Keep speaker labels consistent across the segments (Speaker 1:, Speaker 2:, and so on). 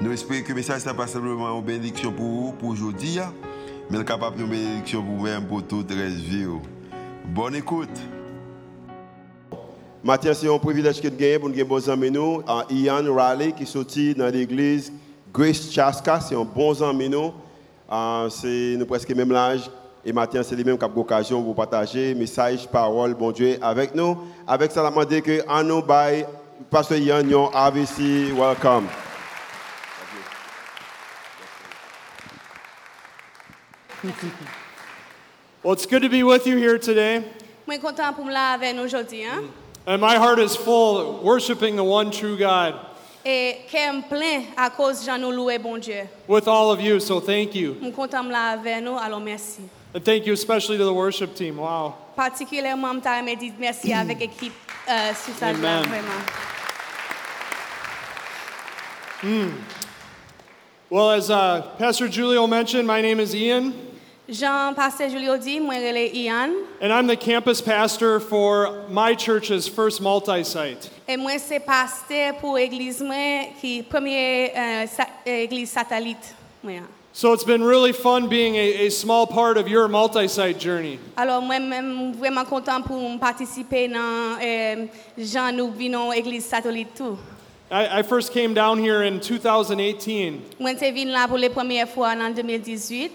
Speaker 1: Nous espérons que le message n'est pas simplement une bénédiction pour vous, pour aujourd'hui, hein, mais capable une bénédiction pour vous-même, pour toute la vie. oh. Bonne écoute. Matin, c'est un privilège que nous avons pour nous avoir bons amis, nous, en Ian Raleigh, qui sortit dans l'église Grace Chaska, c'est un bon ami, nous. Euh, C'est nous presque même l'âge. Et matin, c'est les mêmes qui ont l'occasion pour partager message, parole, bon Dieu, avec nous. Avec ça, la demandé que en nous by Pasteur Ian, yon AVC, welcome.
Speaker 2: Well, it's good to be with you here today.
Speaker 3: Mwen kontan pou m la ave nou jodi, hein? an.
Speaker 2: And my heart is full worshiping the one true God
Speaker 3: E ke m plen a koz jan nou loue bon Diyo.
Speaker 2: with all of you. So thank you.
Speaker 3: M kontan m la ave nou, alo mersi.
Speaker 2: And thank you especially to the worship team. Wow.
Speaker 3: Partikileman m ta reme dit mersi avek ekip euh, sou sa
Speaker 2: Amen.
Speaker 3: jan, vreman.
Speaker 2: Well, as uh, Pastor Julio mentioned, my name is Ian,
Speaker 3: Jan Pastor Julio di, mwen rele Ian.
Speaker 2: and I'm the campus pastor for my church's first multi site.
Speaker 3: E mwen se paste pou egliz mwen ki premier euh, sa, egliz satelit mwen. an.
Speaker 2: So it's been really fun being a, a small part of your multi site journey.
Speaker 3: Alors mwen mwen vreman kontan pou m patisipe nan euh, jan nou vinon egliz satelit tou.
Speaker 2: I, I first came down here in 2018,
Speaker 3: Mwen te vin la pou le premier fwa nan 2018.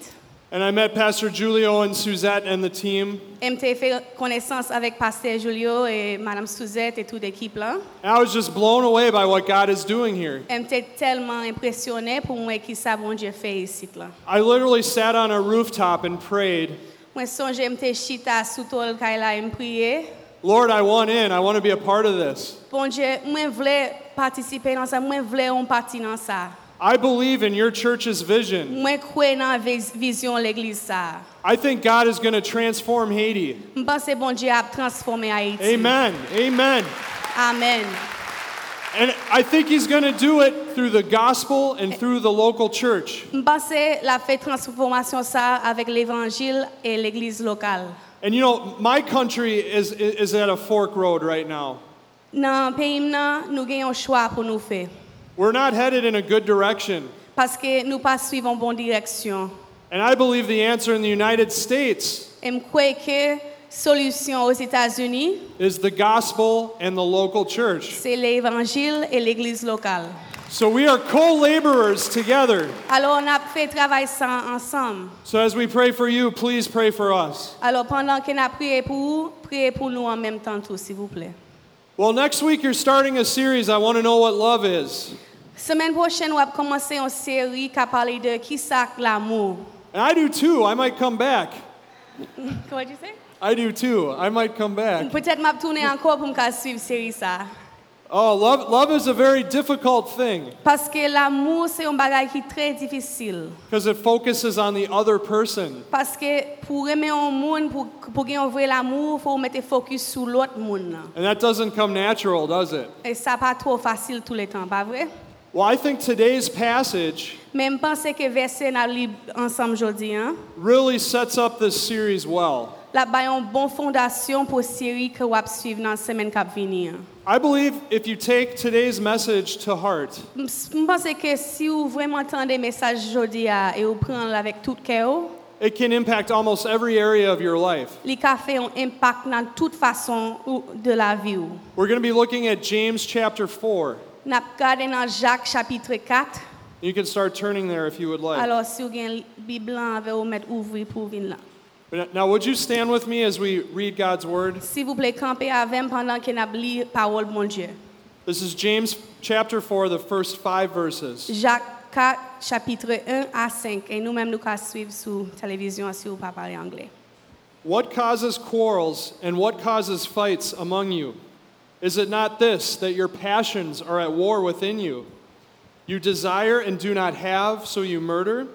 Speaker 2: and I met Pastor Julio and Suzette and the team.
Speaker 3: M te fè konesans avèk Pasteur Julio e Madame Suzette et tout ekip lan.
Speaker 2: And I was just blown away by what God is doing here.
Speaker 3: M te telman impresyonè pou mwen ki sa bon Dje fè isit lan.
Speaker 2: I literally sat on a rooftop and prayed,
Speaker 3: Mwen sonje m te chita sou tol kay la m priye.
Speaker 2: Lord, I want in. I want to be a part of this.
Speaker 3: Bon Dje, mwen vle patisipe nan sa, mwen vle on pati nan sa.
Speaker 2: I believe in your church's vision.
Speaker 3: Mwen kwe nan viz- vizyon l'Eglise sa.
Speaker 2: I think God is going to transform Haiti.
Speaker 3: M panse bon Dje ap transforme Haiti.
Speaker 2: Amen. Amen.
Speaker 3: Amen.
Speaker 2: And I think He's going to do it through the gospel and through the local church.
Speaker 3: M panse la fè transformasyon sa avèk l'Evangil e l'Eglise lokal.
Speaker 2: And you know, my country is, is at a fork road right now.
Speaker 3: Nan peyim nan, nou genyon chwa pou nou fè.
Speaker 2: We're not headed in a good direction.
Speaker 3: Parce que nous pas suivons en bonne direction.
Speaker 2: And I believe the answer in the United States
Speaker 3: Et je crois que solution aux États-Unis,
Speaker 2: is the gospel and the local church.
Speaker 3: c'est l'évangile et l'église locale.
Speaker 2: So we are co laborers together.
Speaker 3: Alors on a fait travail ça ensemble.
Speaker 2: So as we pray for you, please pray for us.
Speaker 3: Alors pendant qu'on a prié pour vous, priez pour nous en même temps tout, s'il vous plaît.
Speaker 2: Well, next week you're starting a series. I want to know what love is.
Speaker 3: Semaine prochaine, on va commencer une série qui parle de qui ça que l'amour.
Speaker 2: And I do too. I might come back.
Speaker 3: Comment tu sais?
Speaker 2: I do too. I might come back.
Speaker 3: Peut-être m'a tourner encore pour me qu'à suivre série ça.
Speaker 2: Oh, love, love is a very difficult thing
Speaker 3: Parce que l'amour, c'est un bagage qui est très difficile.
Speaker 2: because it focuses on the other person.
Speaker 3: Parce que pour aimer un monde, pour, pour gagner un vrai amour, il faut mettre focus sur l'autre monde. là.
Speaker 2: And that doesn't come natural, does it?
Speaker 3: Et ça pas trop facile tout le temps, pas vrai?
Speaker 2: Well, I think today's passage
Speaker 3: Mais je pense que verset n'a li ensemble aujourd'hui, hein,
Speaker 2: really sets up this series well.
Speaker 3: la ba une bonne fondation pour série que va suivre dans la semaine qui va venir.
Speaker 2: I believe if you take today's message to heart,
Speaker 3: Je pense que si vous vraiment entendez message aujourd'hui hein, et vous prenez avec tout cœur,
Speaker 2: it can impact almost every area of your life.
Speaker 3: il a fait un impact dans toute façon ou- de la vie. ou.
Speaker 2: We're going to be looking at James chapter 4.
Speaker 3: N'a regardé dans Jacques chapitre 4.
Speaker 2: You can start turning there if you would like.
Speaker 3: Alors si vous avez une Bible avec vous mettre ouvrir pour venir là.
Speaker 2: But Now, would you stand with me as we read God's word?
Speaker 3: S'il vous plaît, campez avec moi pendant que nous lisons parole, mon Dieu.
Speaker 2: This is James chapter 4, the first five verses.
Speaker 3: Jacques 4, chapitre 1 à 5. Et nous-mêmes, nous pouvons suivre sur la télévision si vous ne parlez pas anglais.
Speaker 2: What causes quarrels and what causes fights among you? Is it not this, that your passions are at war within you? You desire and do not have, so you murder?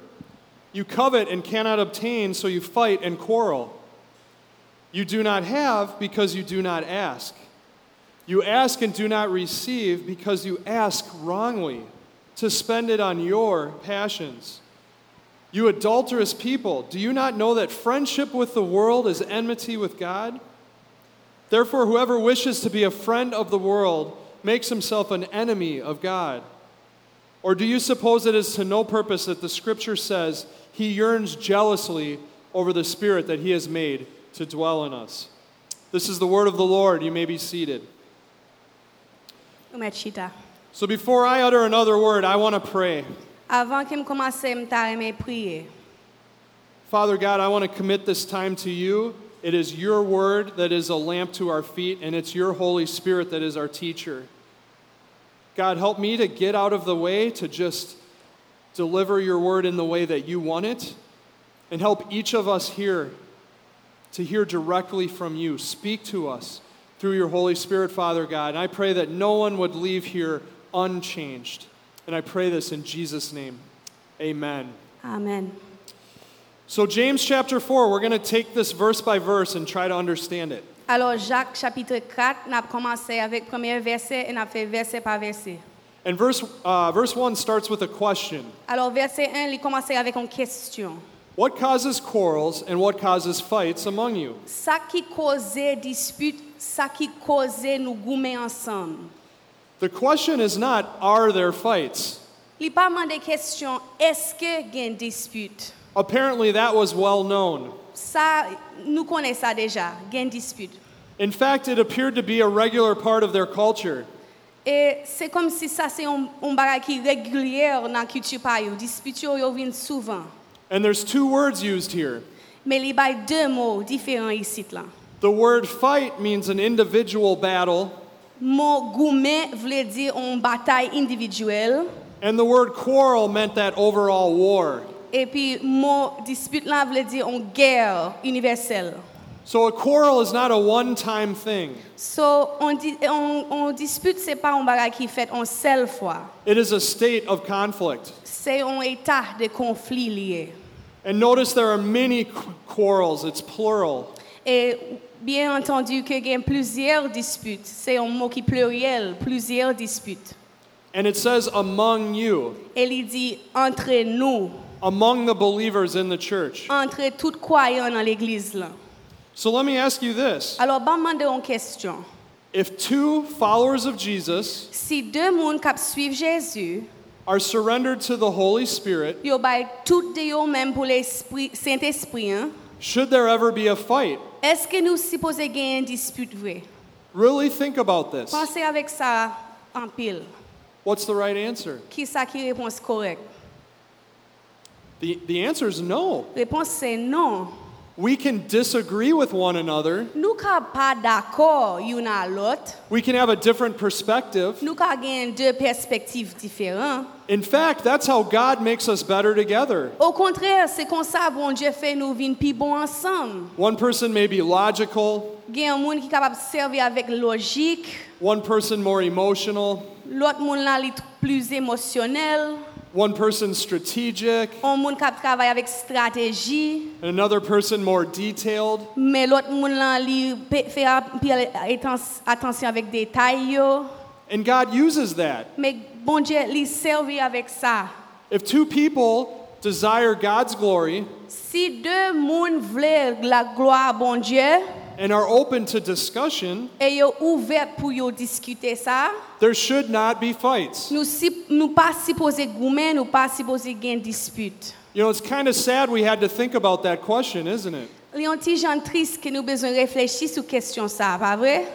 Speaker 2: You covet and cannot obtain, so you fight and quarrel. You do not have because you do not ask. You ask and do not receive because you ask wrongly to spend it on your passions. You adulterous people, do you not know that friendship with the world is enmity with God? Therefore, whoever wishes to be a friend of the world makes himself an enemy of God. Or do you suppose it is to no purpose that the scripture says he yearns jealously over the spirit that he has made to dwell in us? This is the word of the Lord. You may be seated.
Speaker 3: Ou met chita.
Speaker 2: So before I utter another word, I want to pray.
Speaker 3: Avan ke m komanse m ta reme priye.
Speaker 2: Father God, I want to commit this time to you. It is your word that is a lamp to our feet, and it's your Holy Spirit that is our teacher. God, help me to get out of the way to just deliver your word in the way that you want it, and help each of us here to hear directly from you. Speak to us through your Holy Spirit, Father God. And I pray that no one would leave here unchanged. And I pray this in Jesus' name. Amen.
Speaker 3: Amen.
Speaker 2: So, James chapter 4, we're going to take this verse by verse and try to understand it.
Speaker 3: Alors Jacques chapitre 4, nap komanse avek premier verse e nap fe verse pa verse.
Speaker 2: And verse, uh, verse 1 starts with a question
Speaker 3: Alors verse 1 li komanse avek an kestyon.
Speaker 2: What causes quarrels and what causes fights among you?
Speaker 3: Sa ki koze dispute, sa ki koze nou goume ansam.
Speaker 2: The question is not, are there fights?
Speaker 3: Li pa mande kestyon, eske gen dispute?
Speaker 2: Apparently, that was well known.
Speaker 3: Sa, nou konen sa deja, gen dispute.
Speaker 2: In fact, it appeared to be a regular part of their culture.
Speaker 3: E se kom si sa se yon yon bagay ki regulyer nan kultu pa yo, dispute yo yo vin souvan.
Speaker 2: And there's two words used here.
Speaker 3: Me li bay de mou diferan isit lan.
Speaker 2: The word fight means an individual battle,
Speaker 3: Mou goumen vle di yon batay individuel,
Speaker 2: and the word quarrel meant that overall war.
Speaker 3: epi mou e dispute lan vle di yon ger universel.
Speaker 2: So a quarrel is not a one time thing,
Speaker 3: So, on, di, on, on dispute se pa yon bagay ki fet on sel fwa.
Speaker 2: it is a state of conflict.
Speaker 3: Se yon etat de konfli liye.
Speaker 2: And notice there are many qu- quarrels, it's plural.
Speaker 3: Et bien entendu que gen plusieurs disputes, c'est un mot qui pluriel, plusieurs disputes.
Speaker 2: And it says among you,
Speaker 3: Et il dit entre nous,
Speaker 2: among the believers in the church.
Speaker 3: entre tout croyant dans l'église là.
Speaker 2: So let me ask you this
Speaker 3: Alors ban mande une question.
Speaker 2: if two followers of Jesus
Speaker 3: Si deux moun kap suivent Jésus,
Speaker 2: are surrendered to the Holy Spirit,
Speaker 3: yo bay tout de yo même pour l'esprit Saint-Esprit, hein?
Speaker 2: should there ever be a fight?
Speaker 3: Est-ce que nous supposons gagner une dispute vraie?
Speaker 2: Really think about this.
Speaker 3: Pensez avec ça en pile.
Speaker 2: What's the right answer?
Speaker 3: Qui ça qui réponse correcte?
Speaker 2: The, the answer is no.
Speaker 3: Réponse c'est non.
Speaker 2: We can disagree with one another.
Speaker 3: Nou ka pa d'akor yon nan lot,
Speaker 2: We can have a different perspective.
Speaker 3: nou ka gen de perspektiv diferan.
Speaker 2: In fact, that's how God makes us better together.
Speaker 3: Au kontrèr, se kon sa bon Dje fè nou vin pi bon ansam.
Speaker 2: One person may be logical,
Speaker 3: Gen yon moun ki kapab servi avèk logik,
Speaker 2: one person more emotional,
Speaker 3: lot moun lan li tr- plus emosyonel,
Speaker 2: one person strategic,
Speaker 3: on moun kap travay avèk strategi,
Speaker 2: and another person more detailed.
Speaker 3: men lot moun lan li pe- fè ap- pi al- etans- atensyon avèk detay yo.
Speaker 2: And God uses that.
Speaker 3: Men bon Dje li servi avèk sa.
Speaker 2: If two people desire God's glory
Speaker 3: Si de moun vle la gloa bon Dje,
Speaker 2: and are open to discussion,
Speaker 3: E yo ouvert pou yo diskute sa.
Speaker 2: there should not be fights.
Speaker 3: Nou, si, nou pa supposé goumen, nou pa supposé gen dispute.
Speaker 2: You know, it's kind of sad we had to think about that question, isn't it?
Speaker 3: Li yon ti jan trist ke nou bezon reflechi sou kestyon sa, pa vre?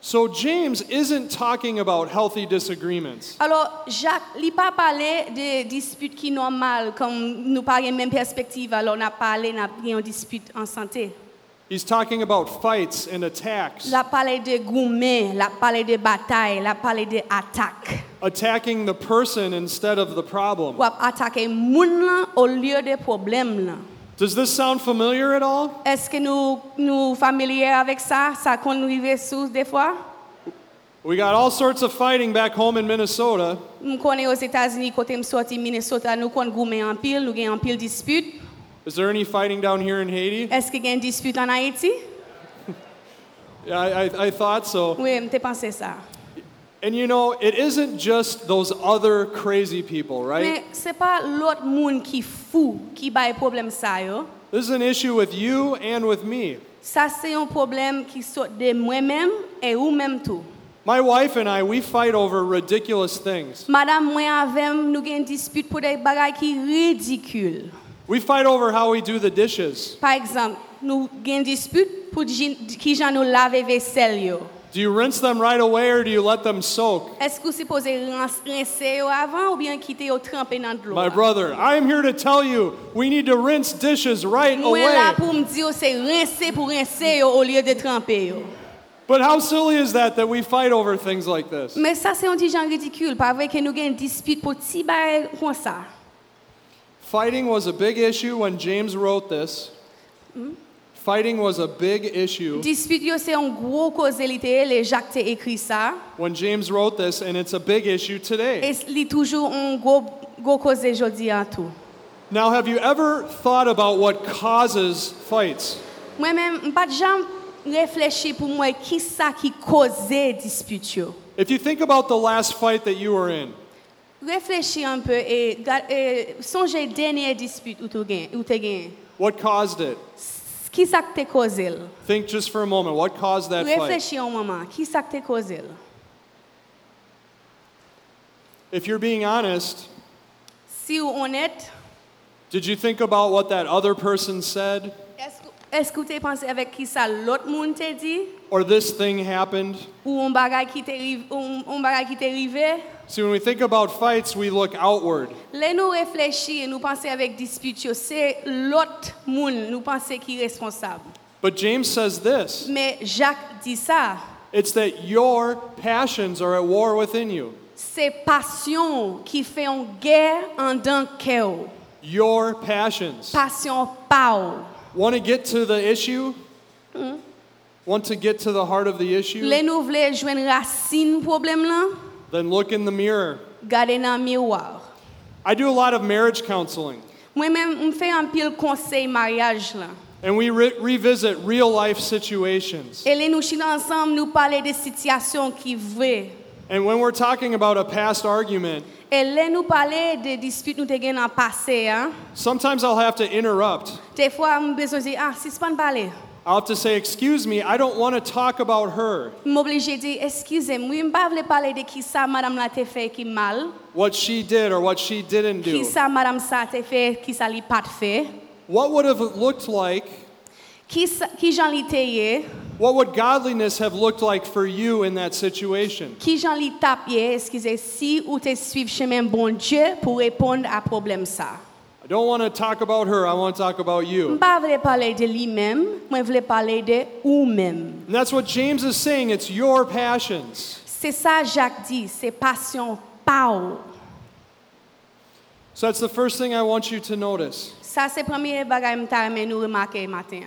Speaker 2: So James isn't talking about healthy disagreements.
Speaker 3: Alors, Jacques, li pa pale de dispute ki normal, kom nou pa gen men perspektiv, alors na pale na gen yon dispute an sante.
Speaker 2: He's talking about fights and attacks,
Speaker 3: La pale de goumen, la pale de batay, la pale de atak.
Speaker 2: attacking the person instead of the problem.
Speaker 3: Wap atake moun lan ou liyo de problem lan.
Speaker 2: Does this sound familiar at all?
Speaker 3: Est-ce que nous nous familiers avec ça, ça qu'on nous vivait sous des fois
Speaker 2: We got all sorts of fighting back home in Minnesota,
Speaker 3: M konen yo Etats-Unis kote m soti Minnesota, nou kon goumen an pil, nou gen an pil dispute.
Speaker 2: Is there any fighting down here in Haiti?
Speaker 3: Eske gen dispute an Haiti?
Speaker 2: Yeah, I, I, I thought so.
Speaker 3: Oui, m te panse sa.
Speaker 2: And you know, it isn't just those other crazy people, right?
Speaker 3: Men, se pa lot moun ki fou ki bay problem sa yo.
Speaker 2: This is an issue with you and with me.
Speaker 3: Sa se yon problem ki sot de mwen menm e ou menm tou.
Speaker 2: My wife and I, we fight over ridiculous things.
Speaker 3: Madame mwen avem nou gen dispute pou de bagay ki ridikul.
Speaker 2: We fight over how we do the dishes.
Speaker 3: Par exemple, nou gen dispute pou jin- ki jan nou lave vesel yo.
Speaker 2: Do you rinse them right away or do you let them soak?
Speaker 3: Eske ou suppose rans- rinse yo avan ou bien kite yo trempe nan dlo?
Speaker 2: My brother, I am here to tell you we need to rinse dishes right
Speaker 3: Mwen la
Speaker 2: away.
Speaker 3: pou m di yo se rinse pou rinse yo ou liye de trempe yo.
Speaker 2: But how silly is that that we fight over things like this?
Speaker 3: Men sa se yon di jan ridikul, pa vwe ke nou gen dispute pou ti bagay kon sa.
Speaker 2: Fighting was a big issue when James wrote this. Fighting was a big issue
Speaker 3: Dispute yo se yon gwo koze li te le Jacques te ekri sa.
Speaker 2: when James wrote this, and it's a big issue
Speaker 3: E
Speaker 2: today.
Speaker 3: li toujou yon gwo, gwo koze jodi an tou.
Speaker 2: Now, have you ever thought about what causes fights?
Speaker 3: Mwen men, m pat jan reflechi pou mwen ki sa ki koze dispute yo.
Speaker 2: If you think about the last fight that you were in,
Speaker 3: Reflechi an pe e, ga- e sonje denye dispute ou, tou gen, ou te gen.
Speaker 2: what caused it?
Speaker 3: Ki sa ki te koze l?
Speaker 2: Think just for a moment. What caused that fight?
Speaker 3: Reflechi an maman, ki sa ki te koze l?
Speaker 2: If you're being honest,
Speaker 3: Si ou onet,
Speaker 2: did you think about what that other person said?
Speaker 3: esk- esk ou te panse avek ki sa lot moun te di?
Speaker 2: Or this thing happened?
Speaker 3: Ou on bagay ki te rive? Ou on bagay ki te rive?
Speaker 2: See, when we think about fights, we look outward.
Speaker 3: Le nou reflechi, nou panse avek dispute yo, se lot moun nou panse ki responsab.
Speaker 2: But James says this.
Speaker 3: Me Jacques di sa,
Speaker 2: It's that your passions are at war within you.
Speaker 3: se pasyon ki fe yon gèr an dan ke ou.
Speaker 2: Your passions.
Speaker 3: Pasyon pa ou.
Speaker 2: Want to get to the issue?
Speaker 3: Hmm?
Speaker 2: Want to get to the heart of the issue?
Speaker 3: Le nou vle jwen rasin problem lan,
Speaker 2: Then look in the mirror.
Speaker 3: gade nan miwar.
Speaker 2: I do a lot of marriage counseling,
Speaker 3: Mwen men m fe an pil konsey maryaj lan.
Speaker 2: and we re- revisit real life situations.
Speaker 3: E le nou chila ansam nou pale de sityasyon ki vwe.
Speaker 2: And when we're talking about a past argument,
Speaker 3: E le nou pale de dispute nou te gen an pase, an.
Speaker 2: sometimes I'll have to interrupt.
Speaker 3: Te fwa m bezon di, ah, si s'pan pale.
Speaker 2: I'll have to say, Excuse me, I don't want to talk about her,
Speaker 3: M oblije di, eskize m, m pa vle pale de ki sa madame la te fe ki mal,
Speaker 2: what she did or what she didn't
Speaker 3: ki
Speaker 2: do.
Speaker 3: sa madame sa te fe, ki sa li pat fe,
Speaker 2: What would have looked like
Speaker 3: ki, sa, ki jan li te ye,
Speaker 2: What would godliness have looked like for you in that situation?
Speaker 3: ki jan li tap ye, eskize, si ou te suiv chemen bon Dje pou repond a problem sa.
Speaker 2: I don't want to talk about her, I want to talk about
Speaker 3: M
Speaker 2: you.
Speaker 3: pa vle pale de li mem, mwen vle pale de ou mem.
Speaker 2: And that's what James is saying it's your passions.
Speaker 3: Se sa Jacques di, se pasyon pa ou.
Speaker 2: So that's the first thing I want you to notice.
Speaker 3: Sa se premye bagay m ta remen nou remake maten.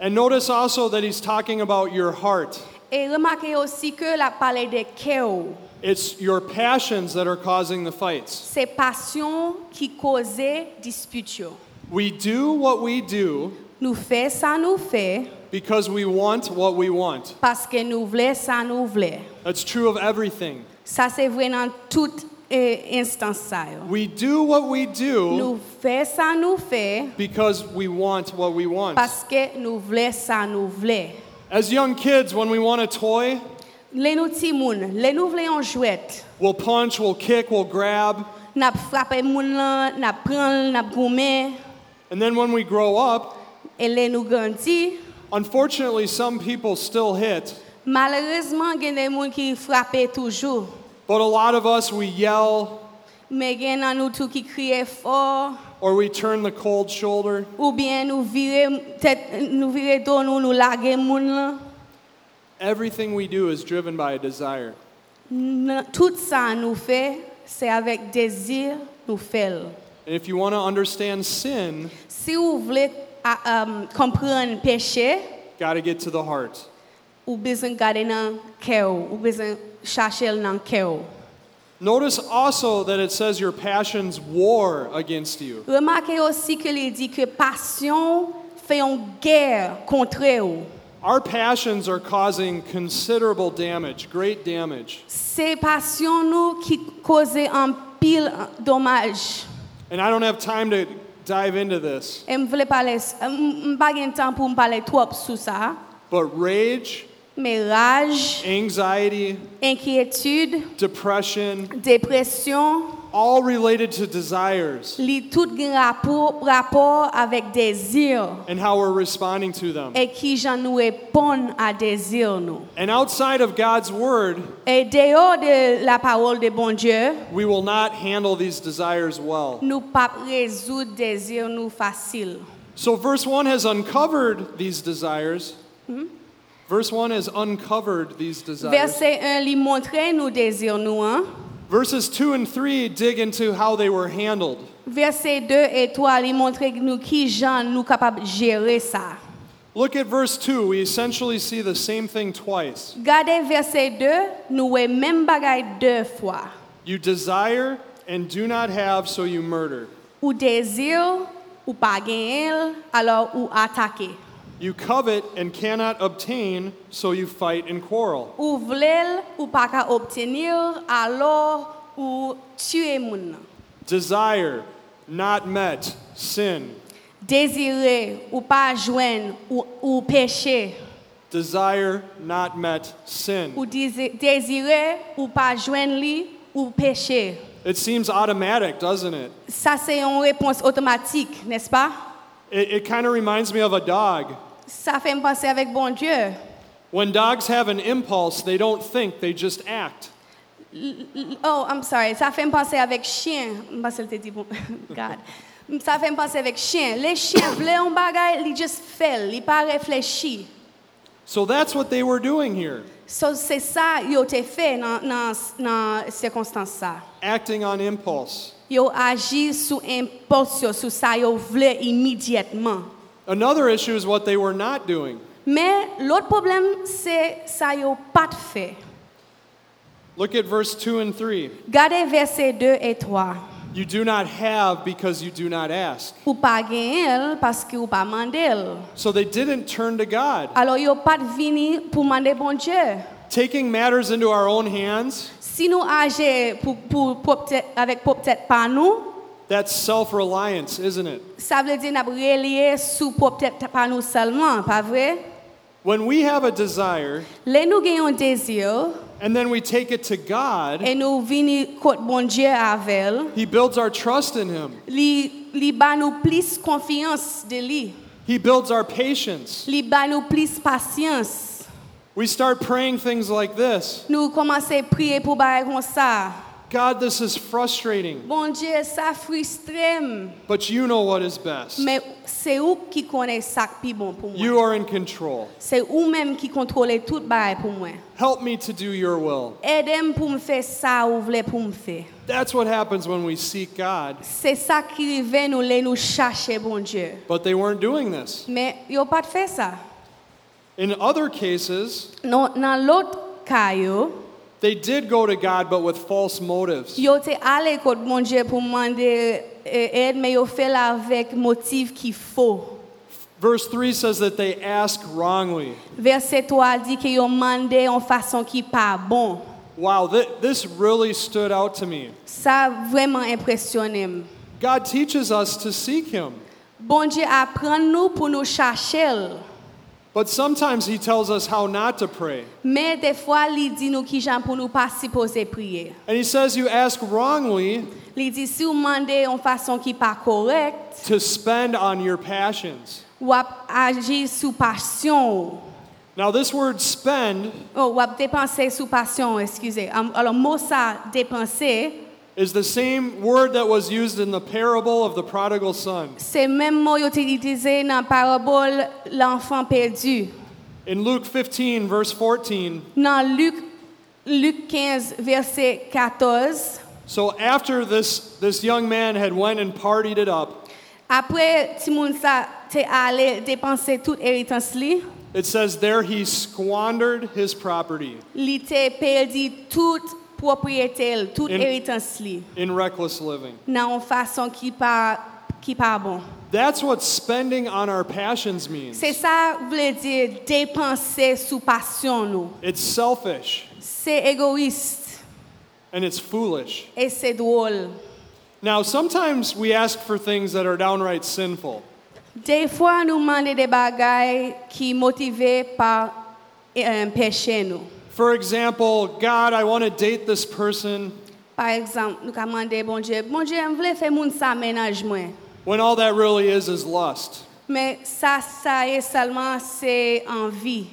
Speaker 2: And notice also that he's talking about your heart.
Speaker 3: E remake osi ke la pale de ke ou.
Speaker 2: It's your passions that are causing the fights.
Speaker 3: Se pasyon ki koze dispute yo.
Speaker 2: We do what we do
Speaker 3: Nou fe sa nou fe,
Speaker 2: because we want what we want.
Speaker 3: paske nou vle sa nou vle.
Speaker 2: That's true of everything.
Speaker 3: Sa se vwe nan tout e, instans sa yo.
Speaker 2: We do what we do
Speaker 3: Nou fe sa nou fe,
Speaker 2: because we want what we want.
Speaker 3: paske nou vle sa nou vle.
Speaker 2: As young kids, when we want a toy,
Speaker 3: Le nou ti moun, le nou vle yon jwet,
Speaker 2: We'll punch, we'll kick, we'll grab.
Speaker 3: nap frape moun lan, nap pran, nap goumen,
Speaker 2: And then when we grow up,
Speaker 3: e le nou grandi,
Speaker 2: unfortunately, some people still hit,
Speaker 3: malerezman gen de moun ki frape toujou,
Speaker 2: but a lot of us, we yell
Speaker 3: me gen nan nou tou ki kriye for,
Speaker 2: or we turn the cold shoulder.
Speaker 3: Ou bien nou vire, tèt, nou vire do nou, nou lage moun lan.
Speaker 2: Everything we do is driven by a desire.
Speaker 3: Nan- Tout sa nou fe, se avek dezir nou fel.
Speaker 2: And if you want to understand sin,
Speaker 3: Si ou vle a, um, kompren peche,
Speaker 2: got to get to the heart.
Speaker 3: ou bezon gade nan ke ou, ou bezon chache l nan kè ou.
Speaker 2: Notice also that it says your passions war against you.
Speaker 3: Remakè osi ke li di ke pasyon fè yon gèr kontre ou.
Speaker 2: Our passions are causing considerable damage, great damage.
Speaker 3: Se pasyon nou ki koze an pil domaj.
Speaker 2: And I don't have time to dive into this,
Speaker 3: E m vle pale, s- m m pa gen tan pou m pale trop sou sa.
Speaker 2: but rage,
Speaker 3: Me raj,
Speaker 2: anxiety,
Speaker 3: enkyetude,
Speaker 2: depression,
Speaker 3: depresyon,
Speaker 2: all related to desires
Speaker 3: li tout gen rapor, rapor avèk dezir.
Speaker 2: and how we're responding to them.
Speaker 3: E ki jan nou repon a dezir nou.
Speaker 2: And outside of God's word,
Speaker 3: E deyo de la parol de bon Diyo,
Speaker 2: we will not handle these desires well.
Speaker 3: nou pap rezout dezir nou fasil.
Speaker 2: So, verse 1 has uncovered these desires. Verse 1 has uncovered these desires.
Speaker 3: Verset 1 li montre nou dezir nou an.
Speaker 2: Verses 2 and 3 dig into how they were handled.
Speaker 3: Verset 2 et 3 li montre nou ki jan nou kapap jere sa.
Speaker 2: Look at verse 2. We essentially see the same thing twice.
Speaker 3: Gade verset 2, nou we men bagay de fwa.
Speaker 2: You desire and do not have, so you murder.
Speaker 3: Ou dezir, ou pa gen el, alors ou atake.
Speaker 2: You covet and cannot obtain, so you fight and quarrel.
Speaker 3: Ou vlel, ou pa ka obtenir, alors ou tue moun nan.
Speaker 2: Desire, not met, sin.
Speaker 3: Dezire, ou pa jwen, ou, ou peche.
Speaker 2: Desire, not met, sin.
Speaker 3: Ou dizi- dezire, ou pa jwen li, ou peche.
Speaker 2: It seems automatic, doesn't it?
Speaker 3: Ça, c'est une réponse automatique, n'est-ce pas?
Speaker 2: It, it kind of reminds me of a dog.
Speaker 3: Ça fait me penser avec bon Dieu.
Speaker 2: When dogs have an impulse, they don't think, they just act.
Speaker 3: L- l- Oh, I'm sorry. Ça fait me penser avec chien. Je pense que dit bon. God. Ça fait me penser avec chien. Les chiens veulent un bagage, ils juste font. Ils pas réfléchir.
Speaker 2: So that's what they were doing here,
Speaker 3: So, c'est ça qu'ils ont fait dans, dans, dans circonstance ça.
Speaker 2: acting on impulse.
Speaker 3: Ils ont agi sous impulsion, sous ça ils voulaient immédiatement.
Speaker 2: Another issue is what they were not doing.
Speaker 3: Mais l'autre problème, c'est ça ils ont pas fait.
Speaker 2: Look at verse 2 and 3.
Speaker 3: Gardez versets 2 et 3.
Speaker 2: You do not have because you do not ask.
Speaker 3: Ou pas gagner elle parce que ou pas mandé elle.
Speaker 2: So they didn't turn to God.
Speaker 3: Alors yo pas vini pour demander bon Dieu.
Speaker 2: Taking matters into our own hands,
Speaker 3: Si nous agir pour, pour, pour tête- avec pour tête pas nous,
Speaker 2: that's self reliance, isn't it?
Speaker 3: ça veut dire n'a relié sous pour tête pas nous seulement, pas vrai?
Speaker 2: When we have a desire
Speaker 3: Les nous gagnons un désir
Speaker 2: and then we take it to God,
Speaker 3: et nous vini côté bon Dieu avec elle.
Speaker 2: He builds our trust in Him,
Speaker 3: Li, li ba nous plus confiance de lui.
Speaker 2: He builds our patience.
Speaker 3: Li ba nous plus patience.
Speaker 2: We start praying things like this
Speaker 3: Nous commençons à prier pour bailler comme ça.
Speaker 2: God, this is frustrating,
Speaker 3: Bon Dieu, ça frustre. m.
Speaker 2: but you know what is best.
Speaker 3: Mais c'est où qui connaît ça qui bon pour
Speaker 2: You
Speaker 3: moi.
Speaker 2: are in control.
Speaker 3: C'est où même qui contrôle tout bail pour moi.
Speaker 2: Help me to do your will.
Speaker 3: Aidez-moi pour me faire ça ou voulez pour me faire.
Speaker 2: That's what happens when we seek God.
Speaker 3: C'est ça qui arrive nous les nous chercher bon Dieu.
Speaker 2: But they weren't doing this.
Speaker 3: Mais yo pas fait ça.
Speaker 2: In other cases,
Speaker 3: Non, dans l'autre cas yo,
Speaker 2: they did go to God, but with false motives.
Speaker 3: yo t'es allé contre bon Dieu pour demander euh, aide mais yo fait là avec motif qui faux.
Speaker 2: Verse 3 says that they ask wrongly.
Speaker 3: Verset 3 dit que yo mandé en façon qui pas bon.
Speaker 2: Wow, thi- this really stood out to me.
Speaker 3: Ça vraiment impressionné. m.
Speaker 2: God teaches us to seek Him,
Speaker 3: Bon Dieu apprend nous pour nous chercher. l.
Speaker 2: but sometimes He tells us how not to pray.
Speaker 3: Mais des fois, il dit nous qui j'en pour nous pas supposer prier.
Speaker 2: And He says you ask wrongly
Speaker 3: Il dit si vous demandez en façon qui pas correcte,
Speaker 2: to spend on your passions.
Speaker 3: ou ap agir sous passion,
Speaker 2: Now, this word spend
Speaker 3: oh, ou ap dépenser sous passion, excusez. Am- Alors mot ça dépenser,
Speaker 2: is the same word that was used in the parable of the prodigal son.
Speaker 3: c'est même mot yo utilisé dans la parabole l'enfant perdu.
Speaker 2: In Luke 15, verse 14,
Speaker 3: Dans Luc Luc 15 verset 14,
Speaker 2: So after this, this young man had went and partied it up,
Speaker 3: après Timoun ça t'est allé dépenser toute héritance li,
Speaker 2: It says there he squandered his property
Speaker 3: Li te perdi tout propriyete l, tout
Speaker 2: In-
Speaker 3: eritans li,
Speaker 2: in reckless living.
Speaker 3: nan yon fason ki pa, ki pa bon.
Speaker 2: That's what spending on our passions means.
Speaker 3: Se sa vle di depanse sou pasyon nou.
Speaker 2: It's selfish
Speaker 3: Se egoist,
Speaker 2: and it's foolish.
Speaker 3: e se drôle.
Speaker 2: Now, sometimes we ask for things that are downright sinful.
Speaker 3: De fwa nou mande de bagay ki motive par um, peche nou.
Speaker 2: For example, God, I want to date this person
Speaker 3: Par ekzamp, nou ka mande bon Dje, bon Dje, m vle fe moun sa menaj mwen.
Speaker 2: when all that really is is lust.
Speaker 3: Men sa, sa e salman se anvi.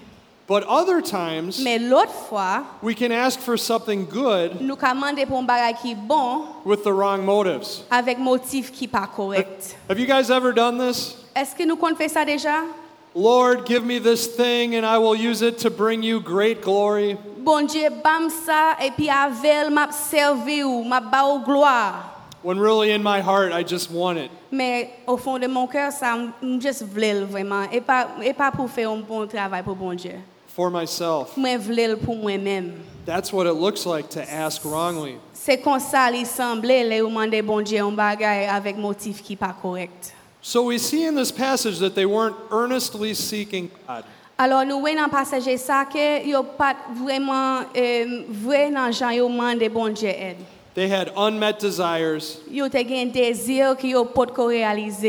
Speaker 2: But other times,
Speaker 3: Men lot fwa,
Speaker 2: we can ask for something good
Speaker 3: nou ka mande pou m bagay ki bon
Speaker 2: with the wrong motives.
Speaker 3: avek motif ki pa korekt.
Speaker 2: Have you guys ever done this?
Speaker 3: Eske nou kon fe sa deja?
Speaker 2: Lord, give me this thing and I will use it to bring you great glory.
Speaker 3: Bon Dje, bam sa, epi avel map servi ou, map ba ou gloa.
Speaker 2: When really in my heart, I just want it.
Speaker 3: Men, au fond de mon cœur, ça, m just vle l vreman. E pa, e pa pou fè un bon travail pou bon Dieu.
Speaker 2: for myself.
Speaker 3: Mwen vle l pou mwen mèm.
Speaker 2: That's what it looks like to ask wrongly.
Speaker 3: Se kon sa li semble le ou mande bon Dieu un bagay avèk motif ki pa korekt.
Speaker 2: So we see in this passage that they weren't earnestly seeking God.
Speaker 3: Alors nou wè nan pasaje sa ke yo pat vreman eh, vwe nan jan yo mande bon Dieu ed.
Speaker 2: They had unmet desires
Speaker 3: Yo te gen dezir ki yo pot ko realize.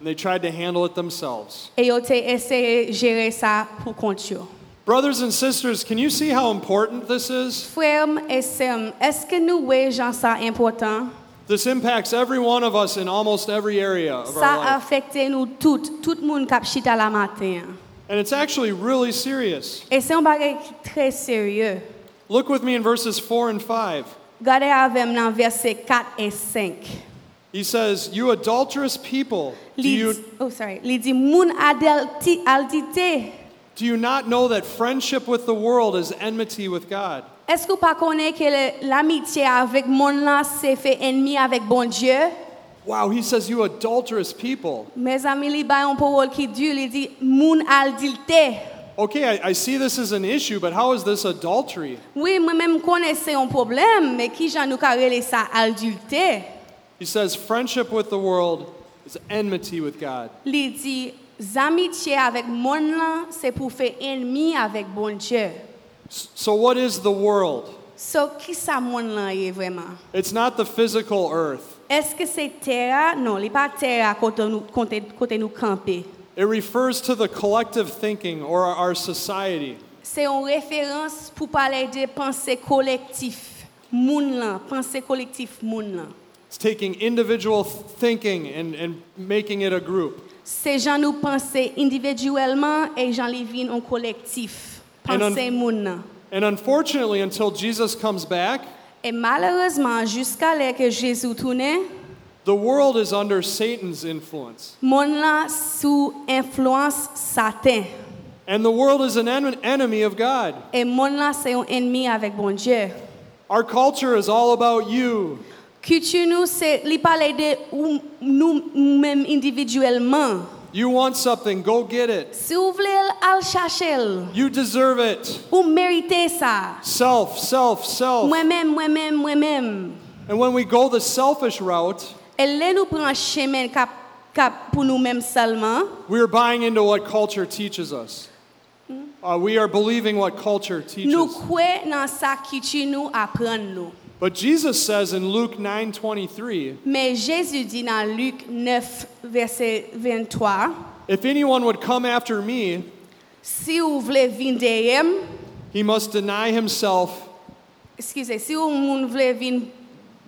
Speaker 2: and they tried to handle it themselves.
Speaker 3: E yo te eseye jere sa pou kont yo.
Speaker 2: Brothers and sisters, can you see how important this is?
Speaker 3: Frèm e sem, eske nou wè jan sa important?
Speaker 2: This impacts every one of us in almost every area of
Speaker 3: Ça
Speaker 2: our life.
Speaker 3: affecte nou tout, tout moun kap chita la matin.
Speaker 2: And it's actually really serious.
Speaker 3: E se yon bagay ki tre serye.
Speaker 2: Look with me in verses 4 and 5.
Speaker 3: Gade avem nan verse 4 et 5.
Speaker 2: He says, You adulterous people, do
Speaker 3: Li,
Speaker 2: you,
Speaker 3: di- oh, sorry. Li di, moun adelti, aldite,
Speaker 2: do you not know that friendship with the world is enmity with God?
Speaker 3: eske ou pa konen ke le- l'amitié avèk moun lan se fe enmi avèk bon Diyo?
Speaker 2: Wow, he says, You adulterous people.
Speaker 3: Mez ami li bayon pou wol ki du, li di, moun aldilte.
Speaker 2: Okay, I, I see this as an issue, but how is this adultery?
Speaker 3: Oui, mwen mèm konen se yon problem, me ki jan nou ka rele sa aldilte?
Speaker 2: He says, Friendship with the world is enmity with God.
Speaker 3: Li di, zamitye avèk moun lan, se pou fe enmi avèk bon Dje.
Speaker 2: S- So, what is the world?
Speaker 3: So, ki sa moun lan ye vreman?
Speaker 2: It's not the physical earth,
Speaker 3: Eske se tera? Non, li pa tera kote nou, kote, kote nou kampe.
Speaker 2: it refers to the collective thinking or our, our society.
Speaker 3: Se yon referans pou pale de panse kolektif. Moun lan, panse kolektif moun lan.
Speaker 2: It's taking individual th- thinking and, and making it a group.
Speaker 3: Se jan nou panse individuelman e jan li vin an kolektif.
Speaker 2: And un-
Speaker 3: Panse moun lan.
Speaker 2: And unfortunately, until Jesus comes back,
Speaker 3: E malerezman, jiska le ke Jezu tounen,
Speaker 2: the world is under Satan's influence.
Speaker 3: Mon lan sou influence Satan.
Speaker 2: And the world is an en- enemy of God.
Speaker 3: E mon lan se yon ennemi avèk bon Dje.
Speaker 2: Our culture is all about you.
Speaker 3: Kutu nou se li pale de ou nou mèm individuelman.
Speaker 2: You want something, go get it.
Speaker 3: Si ou vle l al chache l,
Speaker 2: You deserve it.
Speaker 3: ou merite sa.
Speaker 2: Self, self, self.
Speaker 3: Mwen mèm, mwen mèm, mwen mèm.
Speaker 2: And when we go the selfish route,
Speaker 3: E le nou pran chemen kap, kap pou nou mèm salman,
Speaker 2: we are buying into what culture teaches us. Uh, we are believing what culture teaches.
Speaker 3: nou kwe nan sa kutu nou apren nou.
Speaker 2: But Jesus says in Luke 9:23,
Speaker 3: Men Jezu di nan Luke 9, verset 23,
Speaker 2: if anyone would come after me,
Speaker 3: si ou vle vin deyem,
Speaker 2: he must deny himself,
Speaker 3: Excusez, si ou moun vle vin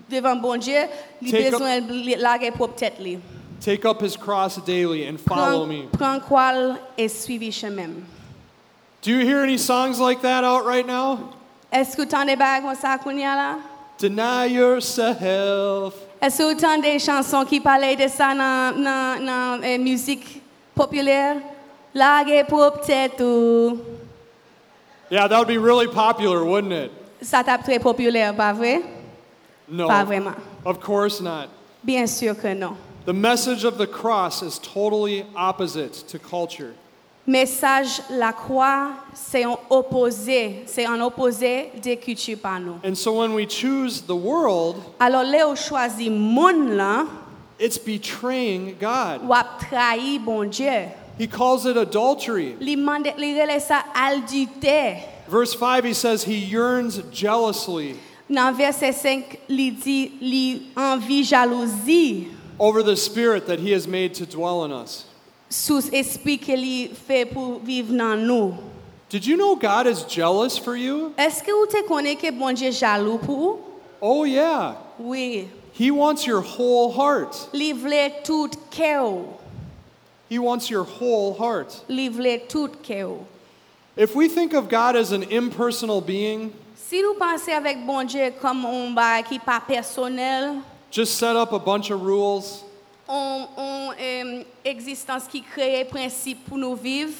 Speaker 3: devan bon Diyo, li
Speaker 2: Take up-
Speaker 3: bezwen li- lage prop tet li.
Speaker 2: take up his cross daily and follow
Speaker 3: Pren,
Speaker 2: me.
Speaker 3: pren kwal e suivi chemem.
Speaker 2: Do you hear any songs like that out right now?
Speaker 3: Eske ou tan de bag kon sa akoun ya la?
Speaker 2: Deny yourself.
Speaker 3: Eske ou tan de chanson ki pale de sa nan, nan, nan eh, müzik popüler? Lage prop tet ou...
Speaker 2: Yeah, that would be really popular, wouldn't it?
Speaker 3: Sa tap tre popüler, pa vre?
Speaker 2: No.
Speaker 3: Pas vraiment.
Speaker 2: Of course not.
Speaker 3: Bien sûr que non.
Speaker 2: The message of the cross is totally opposite to culture.
Speaker 3: Mesaj la kwa, se yon opoze, se yon opoze de kultu pa nou.
Speaker 2: And so when we choose the world,
Speaker 3: Alors le ou chwazi moun lan,
Speaker 2: it's betraying God.
Speaker 3: wap trahi bon Diyo.
Speaker 2: He calls it adultery.
Speaker 3: Li, mande, li rele sa aldite.
Speaker 2: Verse 5, he says he yearns jealously
Speaker 3: Nan verse 5, li di li anvi jalouzi
Speaker 2: over the spirit that he has made to dwell in us.
Speaker 3: sous espri ke li fe pou viv nan nou.
Speaker 2: Did you know God is jealous for you?
Speaker 3: Eske ou te konen ke bon Diyo jalou pou ou?
Speaker 2: Oh, yeah.
Speaker 3: Oui.
Speaker 2: He wants your whole heart.
Speaker 3: Li vle tout ke ou.
Speaker 2: He wants your whole heart.
Speaker 3: Li vle tout ke ou.
Speaker 2: If we think of God as an impersonal being,
Speaker 3: Si nou panse avèk bon Dje kom on ba ki pa personel,
Speaker 2: just set up a bunch of rules,
Speaker 3: on, on em, egzistans ki kreye prinsip pou nou viv,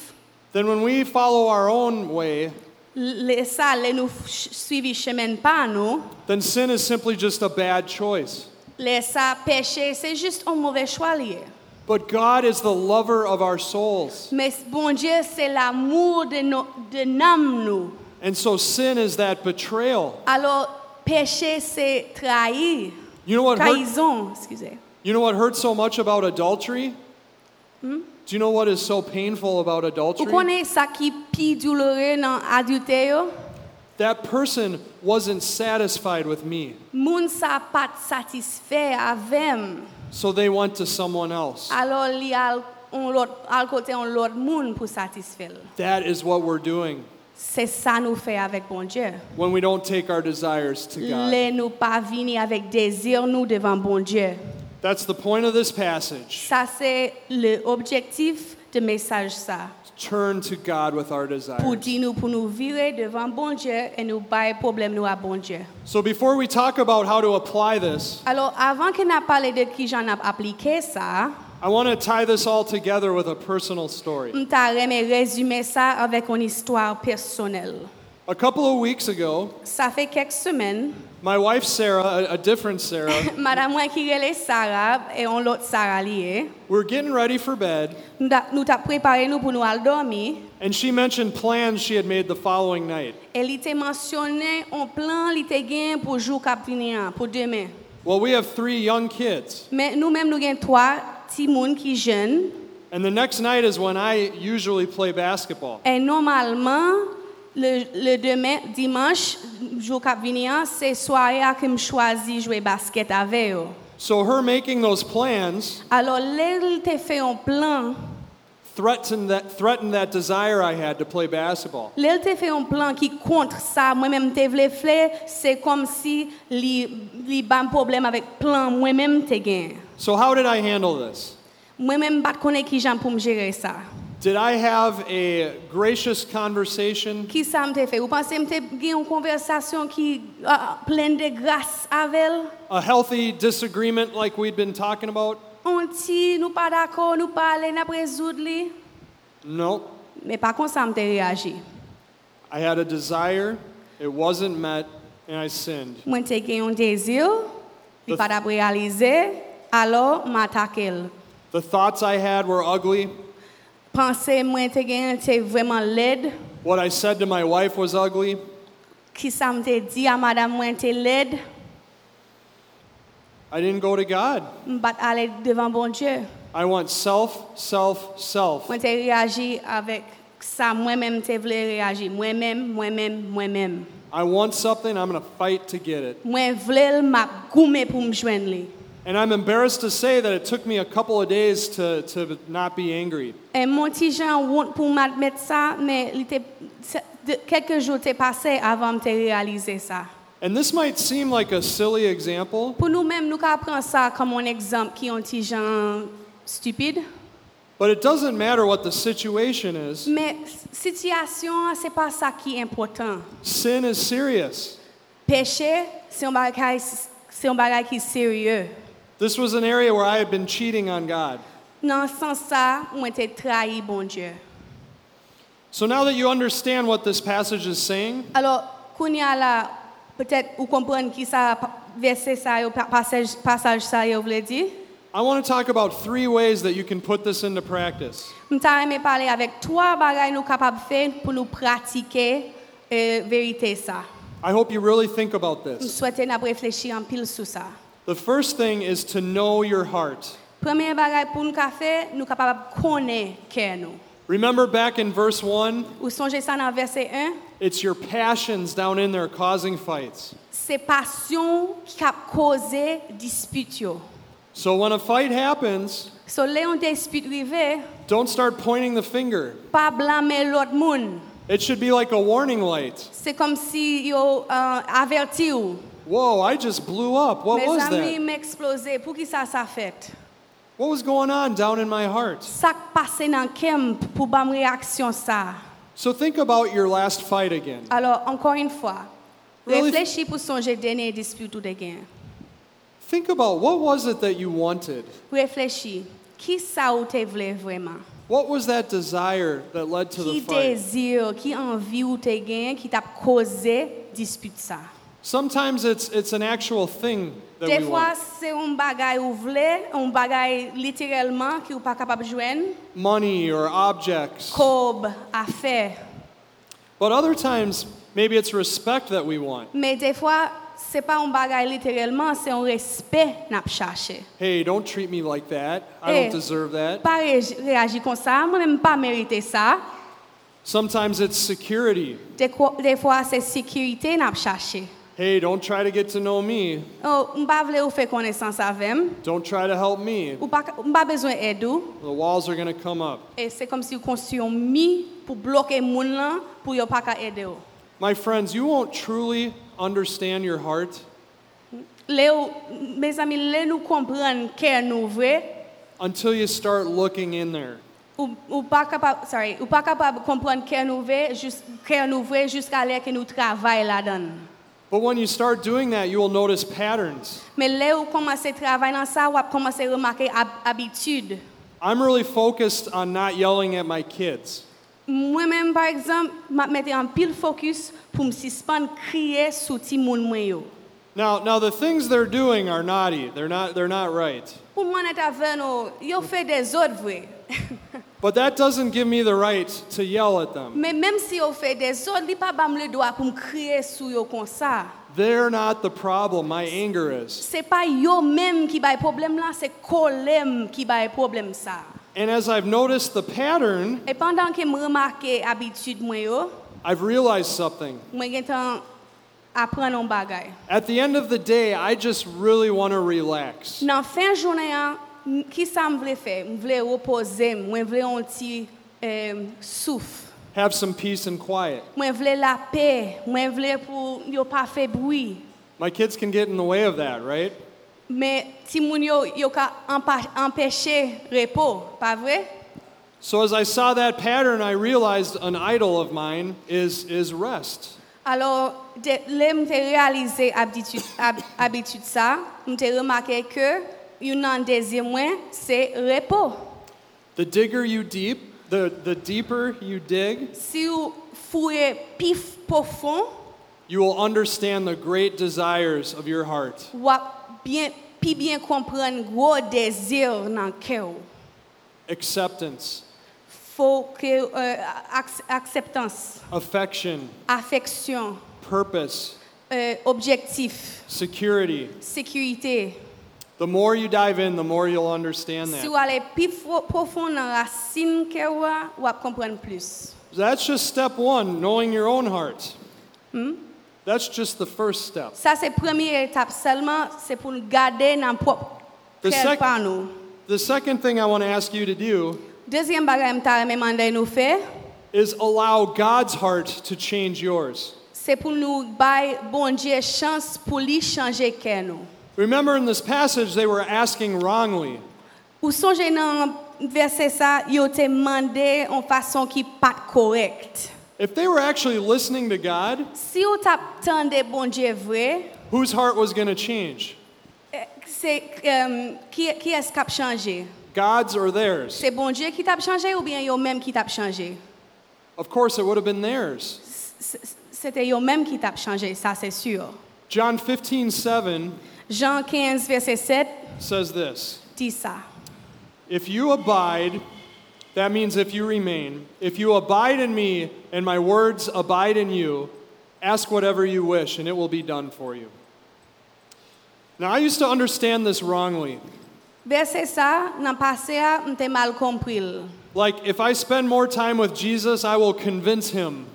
Speaker 2: then when we follow our own way,
Speaker 3: le sa le nou ch- suivi chemen pa nou,
Speaker 2: then sin is simply just a bad choice.
Speaker 3: le sa peche, se jist on mouve chwa liye.
Speaker 2: But God is the lover of our souls.
Speaker 3: Men bon Dje se l'amour de, no, de nam nou.
Speaker 2: And so sin is that betrayal.
Speaker 3: Alors, peche se trahi,
Speaker 2: You know what hurt,
Speaker 3: trahison, excusez.
Speaker 2: you know what hurts so much about adultery? Do you know what is so painful about
Speaker 3: Ou
Speaker 2: adultery?
Speaker 3: konen sa ki pi doulore nan adulte yo?
Speaker 2: That person wasn't satisfied with me,
Speaker 3: Moun sa pat satisfè avèm.
Speaker 2: so they went to someone else.
Speaker 3: Alors li al, on lot, al kote on lot moun pou satisfel.
Speaker 2: That is what we're doing
Speaker 3: Se sa nou fe avèk bon Dje.
Speaker 2: when we don't take our desires to God.
Speaker 3: Le nou pa vini avèk dezir nou devan bon Dje.
Speaker 2: That's the point of this passage.
Speaker 3: Sa se le objektif de mesaj sa.
Speaker 2: Turn to God with our
Speaker 3: Pou
Speaker 2: desires.
Speaker 3: di nou pou nou vire devan bon Dje e nou baye problem nou a bon Dje.
Speaker 2: So before we talk about how to apply this,
Speaker 3: Alors avan ke na pale de ki jan ap aplike sa,
Speaker 2: I want to tie this all together with a personal story.
Speaker 3: m ta reme rezume sa avèk an histwa personel.
Speaker 2: A couple of weeks ago,
Speaker 3: Sa fe kek semen,
Speaker 2: my wife Sarah, a, a different Sarah,
Speaker 3: Madame mwen ki rele Sara e on lot Sara liye.
Speaker 2: we're getting ready for bed,
Speaker 3: Nou ta, nou ta prepare nou pou nou al dormi.
Speaker 2: and she mentioned plans she had made the following night.
Speaker 3: E li te mensyone on plan li te gen pou jou kap vini an, pou demen.
Speaker 2: Well, we have three young kids,
Speaker 3: Men nou menm nou gen 3 ti moun ki jen.
Speaker 2: and the next night is when I usually play basketball.
Speaker 3: E normalman, le, le demen, dimanche, jou kap vini an, se soare a ke m chwazi jwe basket ave yo.
Speaker 2: So her making those plans
Speaker 3: Alors, lè li te fe yon plan,
Speaker 2: threatened that, threatened that desire I had to play basketball.
Speaker 3: lè li te fe yon plan ki kontre sa, mwen menm te vle fle, se kom si li, li ban problem avek plan mwen menm te gen.
Speaker 2: So how did I handle this?
Speaker 3: Mwen menm bat konen ki jan pou m jere sa.
Speaker 2: Did I have a gracious conversation?
Speaker 3: Ki sa m te fe? Ou panse m te gen yon konversasyon ki ah, plen de grase avel?
Speaker 2: A healthy disagreement like we'd been talking about?
Speaker 3: On ti, nou pa dako, nou pa ale, nap rezoud li?
Speaker 2: No.
Speaker 3: Me pa kon sa m te reagi.
Speaker 2: I had a desire, it wasn't met, and I sinned.
Speaker 3: Mwen te gen yon dezir, li
Speaker 2: The-
Speaker 3: pa dap realize, alo m atake l.
Speaker 2: The thoughts I had were ugly.
Speaker 3: Panse mwen te gen te vreman led,
Speaker 2: What I said to my wife was ugly.
Speaker 3: ki sa m te di a madame mwen te led,
Speaker 2: I didn't go to God.
Speaker 3: m bat ale devan bon Diyo.
Speaker 2: I want self, self, self.
Speaker 3: Mwen te reagi avek sa mwen menm te vle reagi. Mwen menm, mwen menm, mwen menm.
Speaker 2: I want something, I'm going to fight to get it.
Speaker 3: Mwen vle l map goume pou m jwen li.
Speaker 2: And I'm embarrassed to say that it took me a couple of days to, to not be angry.
Speaker 3: E mwen ti jan wont pou m admet sa, men li te, se- de, kelke jou te pase avan m te realize sa.
Speaker 2: And this might seem like a silly example,
Speaker 3: Pou nou menm nou ka pran sa kom an ekzamp ki yon ti jan stupide,
Speaker 2: but it doesn't matter what the situation is.
Speaker 3: men sityasyon se pa sa ki important.
Speaker 2: Sin is serious.
Speaker 3: Peche, se yon bagay, se yon bagay ki serye.
Speaker 2: This was an area where I had been cheating on God.
Speaker 3: Nan san sa, mwen te trahi bon Diyo.
Speaker 2: So now that you understand what this passage is saying,
Speaker 3: Alors, kounya la, peut-être ou kompren ki sa pa- verse sa yo, pa- passage, passage sa yo vle di,
Speaker 2: I want to talk about three ways that you can put this into practice.
Speaker 3: Mta reme pale avek 3 bagay nou kapab fe pou nou pratike eh, verite sa.
Speaker 2: I hope you really think about
Speaker 3: M
Speaker 2: this.
Speaker 3: souwete nap reflechi an pil sou sa.
Speaker 2: The first thing is to know your heart.
Speaker 3: Premye bagay pou nou ka fe, nou kapab kone kè nou.
Speaker 2: Remember back in verse 1,
Speaker 3: Ou sonje sa nan verse 1,
Speaker 2: it's your passions down in there causing fights.
Speaker 3: se pasyon ki kap koze disput yo.
Speaker 2: So when a fight happens,
Speaker 3: So le yon disput rive,
Speaker 2: don't start pointing the finger.
Speaker 3: pa blame lot moun.
Speaker 2: It should be like a warning light.
Speaker 3: Se kom si yo ah, averti ou.
Speaker 2: Whoa, I just blew up. What
Speaker 3: Mes
Speaker 2: was
Speaker 3: ami
Speaker 2: that?
Speaker 3: m eksplose, pou ki sa sa fet?
Speaker 2: What was going on down in my heart?
Speaker 3: Sak pase nan kem pou bam reaksyon sa.
Speaker 2: So think about your last fight again.
Speaker 3: Alors, ankon yon fwa,
Speaker 2: Really?
Speaker 3: reflechi pou sonje denye disput ou de gen.
Speaker 2: Think about what was it that you wanted?
Speaker 3: Reflechi, ki sa ou te vle vreman?
Speaker 2: What was that desire that led to the
Speaker 3: Ki
Speaker 2: fight?
Speaker 3: dezir, ki anvi ou te gen, ki tap koze disput sa.
Speaker 2: Sometimes it's it's an actual thing that
Speaker 3: De
Speaker 2: we
Speaker 3: fwa,
Speaker 2: want.
Speaker 3: se yon bagay ou vle, yon bagay literelman ki ou pa kapab jwen,
Speaker 2: Money or objects.
Speaker 3: kob, afer.
Speaker 2: But other times maybe it's respect that we want.
Speaker 3: Me de fwa, se pa yon bagay literelman, se yon respet nap chache.
Speaker 2: Hey, don't treat me like that. I
Speaker 3: Eh.
Speaker 2: don't deserve that.
Speaker 3: Pa rej- reagi kon sa, mwen mèm pa merite sa.
Speaker 2: Sometimes it's security.
Speaker 3: De, kwa- de fwa, se sekirite nap chache.
Speaker 2: Hey, don't try to get to know me.
Speaker 3: Oh, mba vle ou fe konesans avem,
Speaker 2: Don't try to help me.
Speaker 3: ou pa, mba bezwen edou,
Speaker 2: The walls are going to come up.
Speaker 3: e se kom si ou konstuyon mi pou bloke moun lan pou yo pa ka ede ou.
Speaker 2: My friends, you won't truly understand your heart
Speaker 3: Le ou, me zami, le nou kompren kè nou vre,
Speaker 2: until you start looking in there.
Speaker 3: ou, ou pa kapab, sorry, ou pa kapab kompren kè nou vre, jus- kè nou vre jiska lè ke nou travay la dan.
Speaker 2: But when you start doing that, you will notice patterns.
Speaker 3: Men le ou komanse travay nan sa, wap komanse remake ab, abitude.
Speaker 2: I'm really focused on not yelling at my kids.
Speaker 3: Mwen men, par exemple, map mette an pil fokus pou m sispan kriye sou ti moun mwen yo.
Speaker 2: Now, now the things they're doing are naughty. They're not, they're not right.
Speaker 3: Pou mwen et aven nou, yo fe de zot vwe.
Speaker 2: But that doesn't give me the right to yell at them.
Speaker 3: Men menm si yo fe de zot, li pa bam le doa pou m kriye sou yo kon sa.
Speaker 2: They're not the problem. My anger is.
Speaker 3: Se pa yo menm ki bay problem la, se kolem ki bay problem sa.
Speaker 2: And as I've noticed the pattern,
Speaker 3: E pandan ke m remake abitude mwen yo,
Speaker 2: I've realized something.
Speaker 3: mwen gen tan apren an bagay.
Speaker 2: At the end of the day, I just really want to relax.
Speaker 3: Nan fin jounen an, m- ki sa m vle fe? M vle repose, m, mwen vle an ti eh, souf.
Speaker 2: Have some peace and quiet.
Speaker 3: Mwen vle la pe, mwen vle pou yo pa fe broui.
Speaker 2: My kids can get in the way of that, right?
Speaker 3: Men ti moun yo, yo ka empa- empeshe repo, pa vre?
Speaker 2: So as I saw that pattern, I realized an idol of mine is is rest.
Speaker 3: Alors, de, le mte realize abitude, ab, abitude sa, mte remake ke yon nan dezi mwen se repo.
Speaker 2: The digger you deep, the the deeper you dig,
Speaker 3: Si ou fure pif pofon,
Speaker 2: you will understand the great desires of your heart.
Speaker 3: wap bien, pi bien kompren gwo dezir nan ke ou.
Speaker 2: Acceptance,
Speaker 3: Fou ke euh, aks, akseptans,
Speaker 2: affection,
Speaker 3: afeksyon,
Speaker 2: purpose,
Speaker 3: euh, objektif.
Speaker 2: security.
Speaker 3: Sécurité.
Speaker 2: The more you dive in, the more you'll understand
Speaker 3: Si
Speaker 2: that.
Speaker 3: vous allez plus fro- profond dans la racine que vous, vous allez comprendre plus.
Speaker 2: That's just step one, knowing your own heart. That's just the first step.
Speaker 3: Ça, c'est la première étape seulement, c'est pour nous garder dans propre
Speaker 2: The
Speaker 3: cœur
Speaker 2: sec-
Speaker 3: par nous.
Speaker 2: The second thing I want to ask you to do
Speaker 3: Deuxième bagage que je demandé nous faire,
Speaker 2: is allow God's heart to change yours.
Speaker 3: c'est pour nous bailler bon Dieu chance pour lui changer que nous.
Speaker 2: Remember in this passage, they were asking wrongly.
Speaker 3: Ou songez dans verset ça, il te demandé en façon qui pas correcte.
Speaker 2: If they were actually listening to God,
Speaker 3: Si vous t'attendez bon Dieu vrai,
Speaker 2: whose heart was going to change?
Speaker 3: eh, c'est euh, qui, qui est-ce qui a changé?
Speaker 2: God's or theirs?
Speaker 3: C'est bon Dieu qui t'a changé ou bien yo-même qui t'a changé?
Speaker 2: Of course, it would have been theirs.
Speaker 3: C- c- C'était yo-même qui t'a changé, ça c'est sûr.
Speaker 2: John 15, 7
Speaker 3: Jean 15, verset 7,
Speaker 2: says this
Speaker 3: di sa.
Speaker 2: If you abide, that means if you remain. If you abide in me and my words abide in you, ask whatever you wish and it will be done for you. Now, I used to understand this wrongly.
Speaker 3: Verse sa, nan pase a, mte mal kompril.
Speaker 2: Like, if I spend more time with Jesus, I will convince him.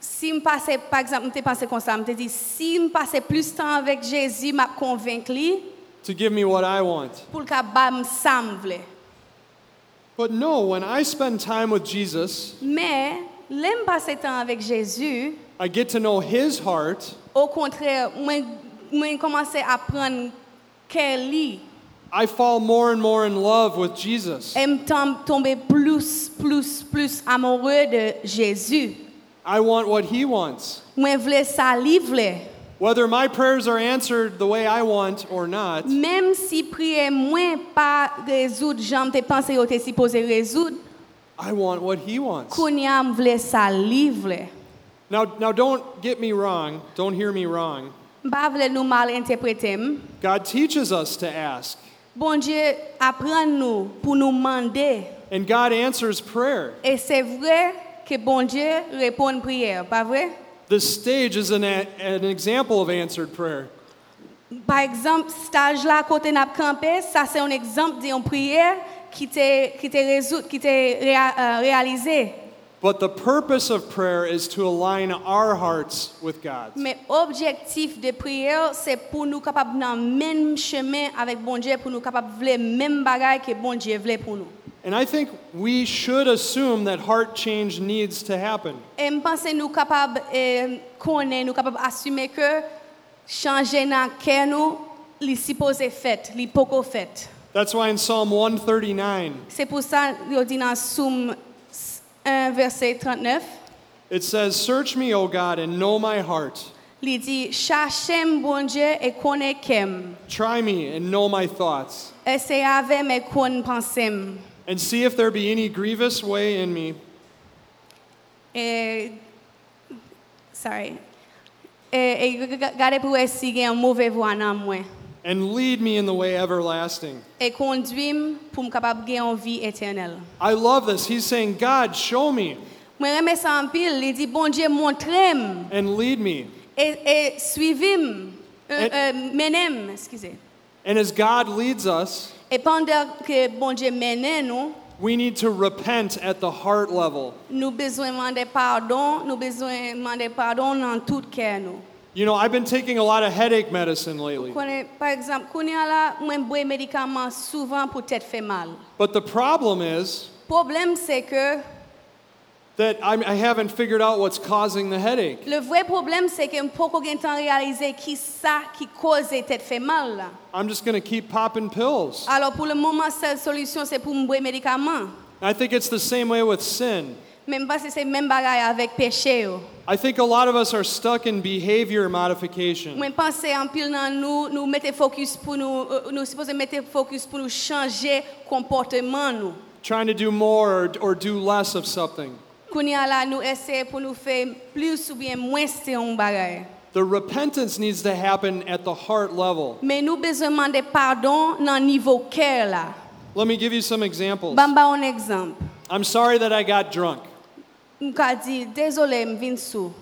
Speaker 3: Si m pase, par exemple, mte pase kon sa, mte di, si m pase plus tan avèk Jezi, m ap konvenk li,
Speaker 2: to give me what I want.
Speaker 3: pou l ka ba m sam vle.
Speaker 2: But no, when I spend time with Jesus,
Speaker 3: Men, lè m pase tan avèk Jezi,
Speaker 2: I get to know his heart.
Speaker 3: Au kontre, mwen, mwen komanse apren ke li.
Speaker 2: I fall more and more in love with Jesus.
Speaker 3: E m tam tombe plus, plus, plus amore de Jezu.
Speaker 2: I want what he wants.
Speaker 3: Mwen vle sa li vle.
Speaker 2: Whether my prayers are answered the way I want or not,
Speaker 3: Mem si priye mwen pa rezoud jam te panse yo te sipoze rezoud,
Speaker 2: I want what he wants.
Speaker 3: konya m vle sa li vle.
Speaker 2: Now, now don't get me wrong. Don't hear me wrong.
Speaker 3: M pa vle nou mal interpretem.
Speaker 2: God teaches us to ask,
Speaker 3: Bon Dje apren nou pou nou mande.
Speaker 2: and God answers prayer.
Speaker 3: E se vre ke bon Dje repon priye, pa vre?
Speaker 2: This stage is an, a- an example of answered prayer.
Speaker 3: Par exemple, stage là, côté n'a campé, ça c'est un exemple d'une prière qui t'est qui t'est résout- qui t'est réa- euh, réalisée.
Speaker 2: But the purpose of prayer is to align our hearts with God's.
Speaker 3: Mais objectif de prière, c'est pour nous capables dans le même chemin avec bon Dieu, pour nous capables de même bagaille que bon Dieu voulait pour nous.
Speaker 2: And I think we should assume that heart change needs to happen.
Speaker 3: Et je pense que nous capables de connaître, nous capables d'assumer que changer dans cœur nous, il supposé fait, il poco fait.
Speaker 2: That's why in Psalm 139,
Speaker 3: C'est pour ça, il dit dans Somme 1, verset 39.
Speaker 2: it says, Search me, O God, and know my heart.
Speaker 3: Li di, chachem bon Dje e kone kem,
Speaker 2: Try me and know my thoughts,
Speaker 3: ese avem e kon pansem.
Speaker 2: and see if there be any grievous way in me,
Speaker 3: E, sorry. E, e ga- gade pou e si gen yon mouve vwa nan mwen.
Speaker 2: and lead me in the way everlasting.
Speaker 3: E konduim pou m kapab gen yon vi eternel.
Speaker 2: I love this. He's saying, God, show me
Speaker 3: Mwen reme sa anpil, li di, bon Dje montrem,
Speaker 2: and lead me.
Speaker 3: e, e suivim, e,
Speaker 2: Et-
Speaker 3: e, menem, eskize.
Speaker 2: And as God leads us,
Speaker 3: E pandan ke bon Dje menen nou,
Speaker 2: we need to repent at the heart level.
Speaker 3: nou bezwen mande pardon, nou bezwen mande pardon nan tout kè nou.
Speaker 2: You know, I've been taking a lot of headache medicine lately,
Speaker 3: Konen, par exemple, konen la, mwen bwe medikaman souvan pou tèt fè mal.
Speaker 2: but the problem is
Speaker 3: Problem se ke,
Speaker 2: that I'm, I haven't figured out what's causing the headache.
Speaker 3: le vwe problem se ke mpoko gen tan realize ki sa ki koze tèt fè mal la.
Speaker 2: I'm just going to keep popping pills.
Speaker 3: Alors pou le mouman sel solusyon se pou mbwe medikaman.
Speaker 2: I think it's the same way with sin.
Speaker 3: Men mba se se men bagay avèk peche yo.
Speaker 2: I think a lot of us are stuck in behavior modification.
Speaker 3: Mwen panse anpil nan nou, nou mette fokus pou nou, euh, nou suppose mette fokus pou nou chanje komporteman nou.
Speaker 2: trying to do more or, or do less of something.
Speaker 3: Konen la nou ese pou nou fè plus ou bien mwen se yon bagay.
Speaker 2: The repentance needs to happen at the heart level.
Speaker 3: Men nou bezwen mande pardon nan nivou kèr la.
Speaker 2: Let me give you some examples.
Speaker 3: Bamba on ekzamp.
Speaker 2: I'm sorry that I got drunk.
Speaker 3: M ka di, dezolé m vin sou.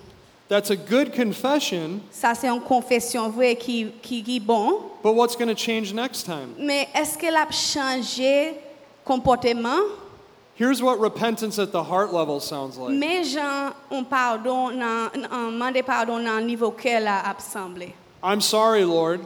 Speaker 2: That's a good confession,
Speaker 3: Sa se yon konfesyon vwe ki, ki, ki bon.
Speaker 2: but what's going to change next time?
Speaker 3: Men eske la p chanje komporteman?
Speaker 2: Here's what repentance at the heart level sounds like.
Speaker 3: Men jan on pardon nan, nan mande pardon nan nivou kèr la ap semble.
Speaker 2: I'm sorry, Lord.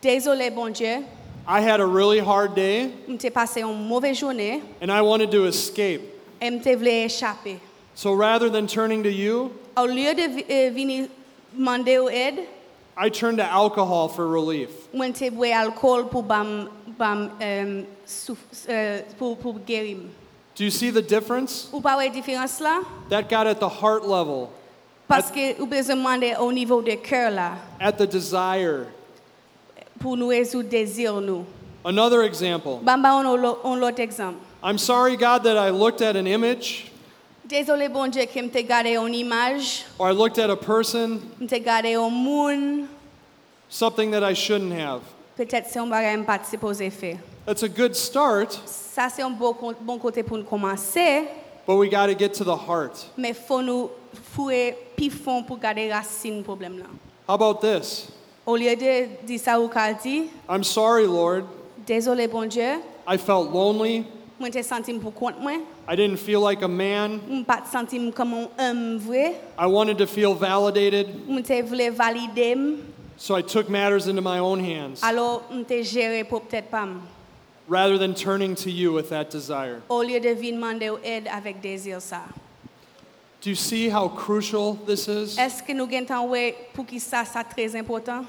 Speaker 3: Dezolé bon Dje,
Speaker 2: I had a really hard day
Speaker 3: m te pase yon mouve jounè,
Speaker 2: and I wanted to escape.
Speaker 3: e m te vle echapè.
Speaker 2: So rather than turning to you,
Speaker 3: Au liye de vi- eh, vini mande ou ed,
Speaker 2: I turned to alcohol for relief.
Speaker 3: Mwen te bwe alkol pou bam, bam um, souf, euh, pou, pou gerim.
Speaker 2: Do you see the difference?
Speaker 3: Ou pa wè diferans la?
Speaker 2: That got at the heart level,
Speaker 3: Paske ou bezè mande au nivou de kèr la
Speaker 2: at the desire.
Speaker 3: pou nou rezout dezir nou.
Speaker 2: Another example.
Speaker 3: Bam ba on, lo- on lot ekzamp.
Speaker 2: I'm sorry, God, that I looked at an image
Speaker 3: Dezolé bon Dje ke mte gade yon imaj,
Speaker 2: or I looked at a person,
Speaker 3: mte gade yon moun,
Speaker 2: something that I shouldn't have.
Speaker 3: petèt se yon bagay m pat se pose fe.
Speaker 2: That's a good start,
Speaker 3: Sa se yon bon, kon- bon kote pou nou komanse,
Speaker 2: but we got to get to the heart.
Speaker 3: men fò nou fwe pi fon pou gade rasin problem lan.
Speaker 2: How about this?
Speaker 3: Ou liye de di sa ou ka di,
Speaker 2: I'm sorry, Lord.
Speaker 3: Désolé, bon Dieu,
Speaker 2: I felt lonely.
Speaker 3: mwen te santim pou kont mwen,
Speaker 2: I didn't feel like a man.
Speaker 3: mwen pat santim koman m vwe,
Speaker 2: I wanted to feel validated,
Speaker 3: mwen te vle valide m,
Speaker 2: so I took matters into my own hands
Speaker 3: alo mwen te jere pou ptet pam.
Speaker 2: rather than turning to you with that desire.
Speaker 3: Ou liye de vin mande ou ed avèk dezir sa.
Speaker 2: Do you see how crucial this is?
Speaker 3: Eske nou gen tan we pou ki sa sa trez important?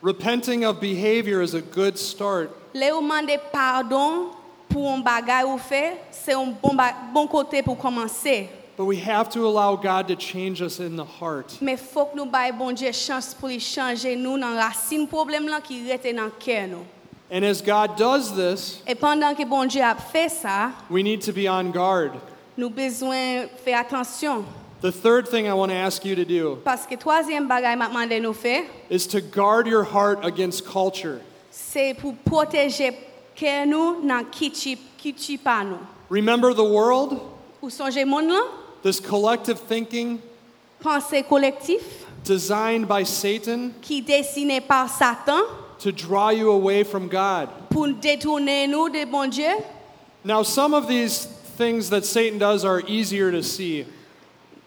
Speaker 2: Repenting of behavior is a good start,
Speaker 3: Le ou mande pardon pou an bagay ou fe, se yon bon, ba- bon kote pou komanse.
Speaker 2: but we have to allow God to change us in the heart.
Speaker 3: Me fok nou baye bon Dje chans pou li chanje nou nan rasin problem lan ki rete nan kè nou.
Speaker 2: And as God does this,
Speaker 3: E pandan ki bon Dje ap fe sa,
Speaker 2: we need to be on guard.
Speaker 3: nou bezwen fe atensyon.
Speaker 2: The third thing I want to ask you to do
Speaker 3: Paske toazyen bagay mak mande nou fe,
Speaker 2: is to guard your heart against culture.
Speaker 3: se pou proteje kè nou nan kitchi, kitchi pa nou.
Speaker 2: Remember the world,
Speaker 3: Ou sonje moun lan,
Speaker 2: this collective thinking
Speaker 3: panse kolektif
Speaker 2: designed by Satan
Speaker 3: ki desine par Satan
Speaker 2: to draw you away from God.
Speaker 3: pou detourne nou de bon Dje.
Speaker 2: Now, some of these things that Satan does are easier to see.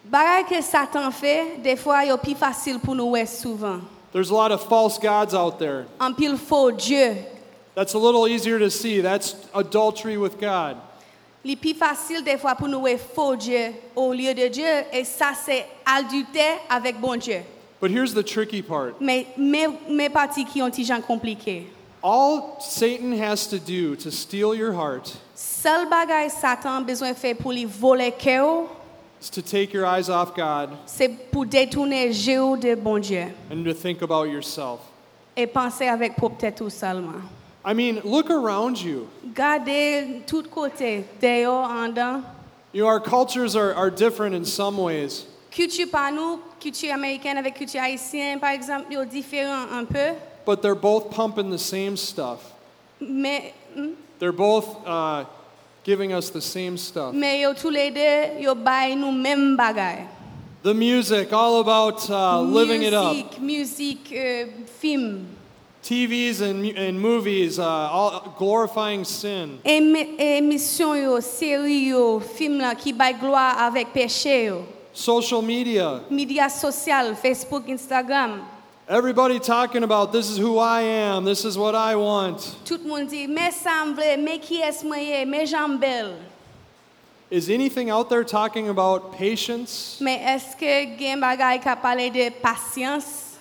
Speaker 3: Bagay ke Satan fe, defwa yo pi fasil pou nou wè souvan.
Speaker 2: There's a lot of false gods out there.
Speaker 3: An pil fo Dje,
Speaker 2: That's a little easier to see. That's adultery with God.
Speaker 3: li pi fasil defwa pou nou wè fo Dje ou liye de Dje, e sa se aldute avèk bon Dje.
Speaker 2: But here's the tricky part
Speaker 3: Me, me, me pati ki yon ti jan komplike.
Speaker 2: all Satan has to do to steal your heart
Speaker 3: Sel bagay Satan bezwen fe pou li vole ke ou,
Speaker 2: is to take your eyes off God
Speaker 3: se pou detourne je ou de bon Dje.
Speaker 2: and to think about yourself.
Speaker 3: E panse avèk pou ptè tou salman.
Speaker 2: I mean, look around you.
Speaker 3: Gade tout kote, deyo, andan.
Speaker 2: You know, our cultures are, are different in some ways.
Speaker 3: Kutu pa nou, kutu Ameriken avèk kutu Haitien, par exemple, yo diferan an peu.
Speaker 2: but they're both pumping the same stuff.
Speaker 3: Men,
Speaker 2: They're both uh, giving us the same stuff.
Speaker 3: men yo tou le de, yo bay nou menm bagay.
Speaker 2: The music, all about uh, living it up.
Speaker 3: Muzik, muzik, euh, film.
Speaker 2: TVs and, mu- and movies, uh, all glorifying sin.
Speaker 3: Emi- Emisyon yo, seri yo, film la ki bay gloa avèk peche yo.
Speaker 2: Social media,
Speaker 3: Media sosyal, Facebook, Instagram.
Speaker 2: everybody talking about this is who I am, this is what I want.
Speaker 3: Tout moun di, me sam vle, me ki es mwenye, me jan bel.
Speaker 2: Is anything out there talking about patience,
Speaker 3: Men eske gen bagay ka pale de pasyans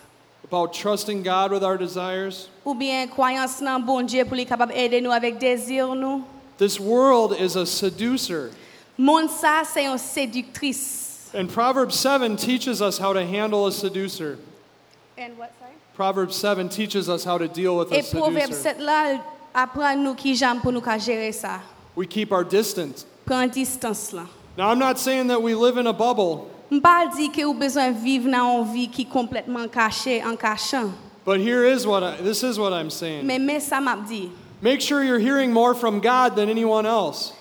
Speaker 2: about trusting God with our desires?
Speaker 3: ou bien kwayans nan bon Dje pou li kapab ede nou avek dezir nou?
Speaker 2: This world is a seducer.
Speaker 3: Moun sa se yon seduktris.
Speaker 2: And Proverbs 7 teaches us how to handle a seducer. Proverbs 7 teaches us how to deal with a
Speaker 3: E proverb
Speaker 2: seducer.
Speaker 3: set la apran nou ki jan pou nou ka jere sa.
Speaker 2: We keep our distance.
Speaker 3: Pren distans lan.
Speaker 2: Now, I'm not saying that we live in a bubble,
Speaker 3: Mpa di ke ou bezwen viv nan an vi ki kompletman kache an kachan.
Speaker 2: but here is what I, this is what I'm saying.
Speaker 3: Men men sa map di.
Speaker 2: Make sure you're hearing more from God than anyone else.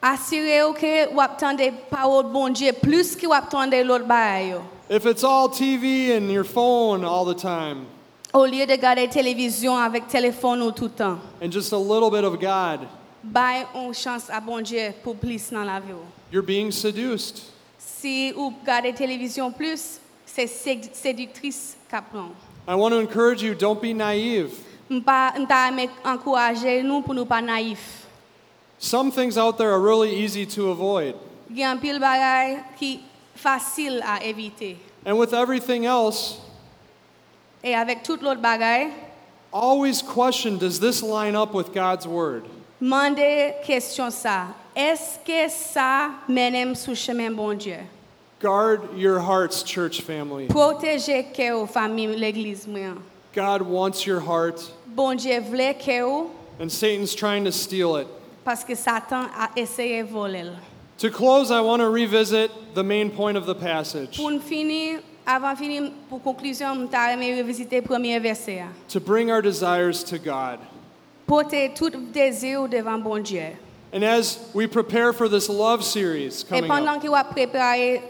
Speaker 3: Asire ou ke wap tande parol bon Dje plus ki wap tande lot bagay yo.
Speaker 2: If it's all TV and your phone all the time,
Speaker 3: Ou liye de gade televizyon avek telefon nou toutan.
Speaker 2: and just a little bit of God,
Speaker 3: Bay on chans a bon Dje pou plis nan la vi ou.
Speaker 2: you're being seduced.
Speaker 3: Si ou gade televizyon plus, se sed- seduktris kap lan.
Speaker 2: I want to encourage you don't be naive.
Speaker 3: Mpa, mta ame ankouraje nou pou nou pa naif.
Speaker 2: Some things out there are really easy to avoid.
Speaker 3: Gen pil bagay ki fasil a evite.
Speaker 2: And with everything else,
Speaker 3: E avek tout lot bagay,
Speaker 2: always question does this line up with God's word?
Speaker 3: mande kestyon sa. Eske sa menem sou chemen bon Dje?
Speaker 2: Guard your hearts, church family.
Speaker 3: Proteje ke ou fami l'egliz mwen.
Speaker 2: God wants your heart,
Speaker 3: Bon Dje vle ke ou
Speaker 2: and Satan's trying to steal it.
Speaker 3: Paske Satan a eseye volel.
Speaker 2: To close, I want to revisit the main point of the passage
Speaker 3: Pou n fini, avan fini, pou konklizyon, m ta reme revisite premier verse a.
Speaker 2: to bring our desires to God.
Speaker 3: pote tout désir devant bon Dieu.
Speaker 2: And as we prepare for this love series
Speaker 3: Et
Speaker 2: coming
Speaker 3: pendant
Speaker 2: up,
Speaker 3: qu'il va préparer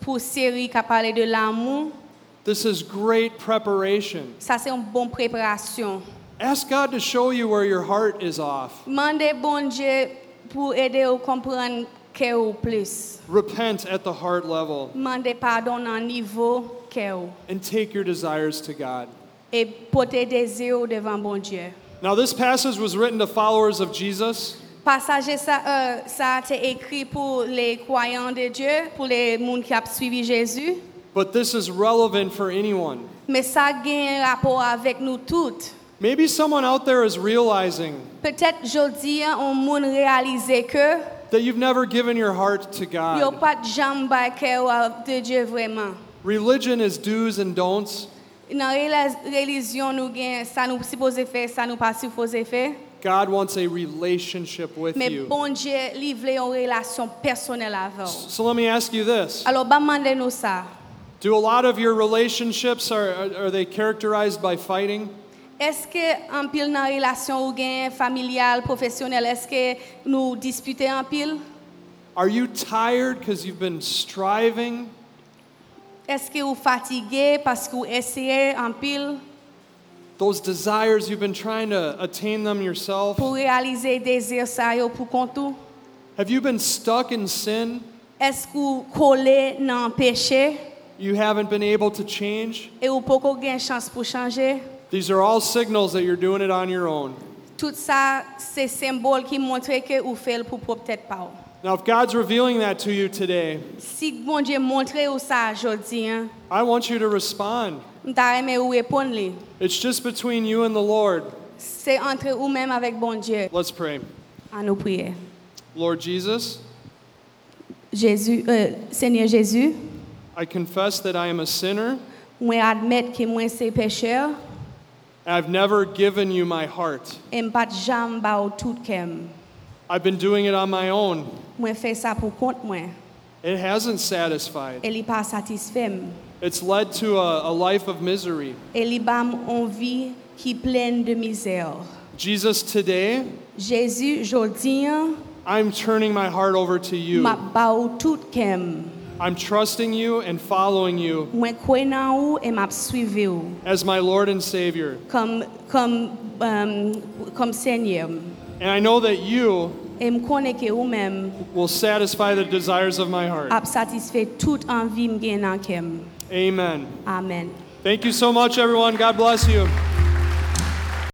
Speaker 3: pour série qui a parlé de l'amour,
Speaker 2: this is great preparation.
Speaker 3: ça c'est une bonne préparation.
Speaker 2: Ask God to show you where your heart is off.
Speaker 3: Mandez bon Dieu pour aider à comprendre que ou plus.
Speaker 2: Repent at the heart level
Speaker 3: Mandez pardon dans niveau que ou.
Speaker 2: and take your desires to God.
Speaker 3: Et porter désir devant bon Dieu.
Speaker 2: Now, this passage was written to followers of Jesus,
Speaker 3: Passage ça, euh, ça a été écrit pour les croyants de Dieu, pour les gens qui ont suivi Jésus.
Speaker 2: but this is relevant for anyone.
Speaker 3: Mais ça a un rapport avec nous toutes.
Speaker 2: Maybe someone out there is realizing
Speaker 3: Peut-être aujourd'hui, on moun réaliser que
Speaker 2: that you've never given your heart to
Speaker 3: yo
Speaker 2: God.
Speaker 3: pas de jambe à cœur à- de Dieu vraiment.
Speaker 2: Religion is do's and don'ts.
Speaker 3: Dans la religion, nous gen, ça nous supposé faire, ça nous pas supposé faire.
Speaker 2: God wants a relationship with
Speaker 3: Mais
Speaker 2: you.
Speaker 3: bon Dieu, il veut une relation personnelle avec vous.
Speaker 2: So let me ask you this.
Speaker 3: Alors, bah, demandez-nous ça.
Speaker 2: Do a lot of your relationships are, are, are they characterized by fighting?
Speaker 3: Est-ce que en pile dans relation ou gen, familiale, professionnelle, est-ce que nous disputons en pile?
Speaker 2: Are you tired because you've been striving?
Speaker 3: Est-ce que vous fatigué parce que vous essayez en pile
Speaker 2: Those desires you've been trying to attain them yourself?
Speaker 3: pour réaliser désir ça yo pour contour?
Speaker 2: Have you been stuck in sin?
Speaker 3: Est-ce que vous collez dans le péché
Speaker 2: You haven't been able to change?
Speaker 3: et vous pouvez gain chance pour changer?
Speaker 2: These are all signals that you're doing it on your own.
Speaker 3: Tout ça, c'est symbole qui montre que vous faites pour propre tête pas. ou.
Speaker 2: Now, if God's revealing that to you today,
Speaker 3: Si bon Dieu montre ou ça aujourd'hui, hein,
Speaker 2: I want you to respond.
Speaker 3: m'ta aimé ou répondre li.
Speaker 2: It's just between you and the Lord.
Speaker 3: C'est entre vous même avec bon Dieu
Speaker 2: Let's pray.
Speaker 3: à nous prier.
Speaker 2: Lord Jesus,
Speaker 3: Jésus, euh, Seigneur Jésus,
Speaker 2: I confess that I am a sinner.
Speaker 3: moi admettre que moi c'est pécheur
Speaker 2: I've never given you my heart.
Speaker 3: et m'pas jamais ba ou tout kem.
Speaker 2: I've been doing it on my own.
Speaker 3: Moi fait ça pour compte moi
Speaker 2: It hasn't satisfied.
Speaker 3: et li pas satisfait. m.
Speaker 2: It's led to a, a life of misery.
Speaker 3: Et li ba m on vie qui pleine de misère.
Speaker 2: Jesus, today,
Speaker 3: Jésus, hein, jodi an,
Speaker 2: I'm turning my heart over to you.
Speaker 3: m'a ba ou tout kem.
Speaker 2: I'm trusting you and following you
Speaker 3: Mwen kwe nan ou e m'a suivi ou
Speaker 2: as my Lord and Savior.
Speaker 3: comme comme um, comme Seigneur.
Speaker 2: And I know that you
Speaker 3: Et me connais que ou même
Speaker 2: will satisfy the desires of my heart.
Speaker 3: a satisfait toute envie me gen nan kem.
Speaker 2: Amen.
Speaker 3: Amen.
Speaker 2: Thank you so much, everyone. God bless you.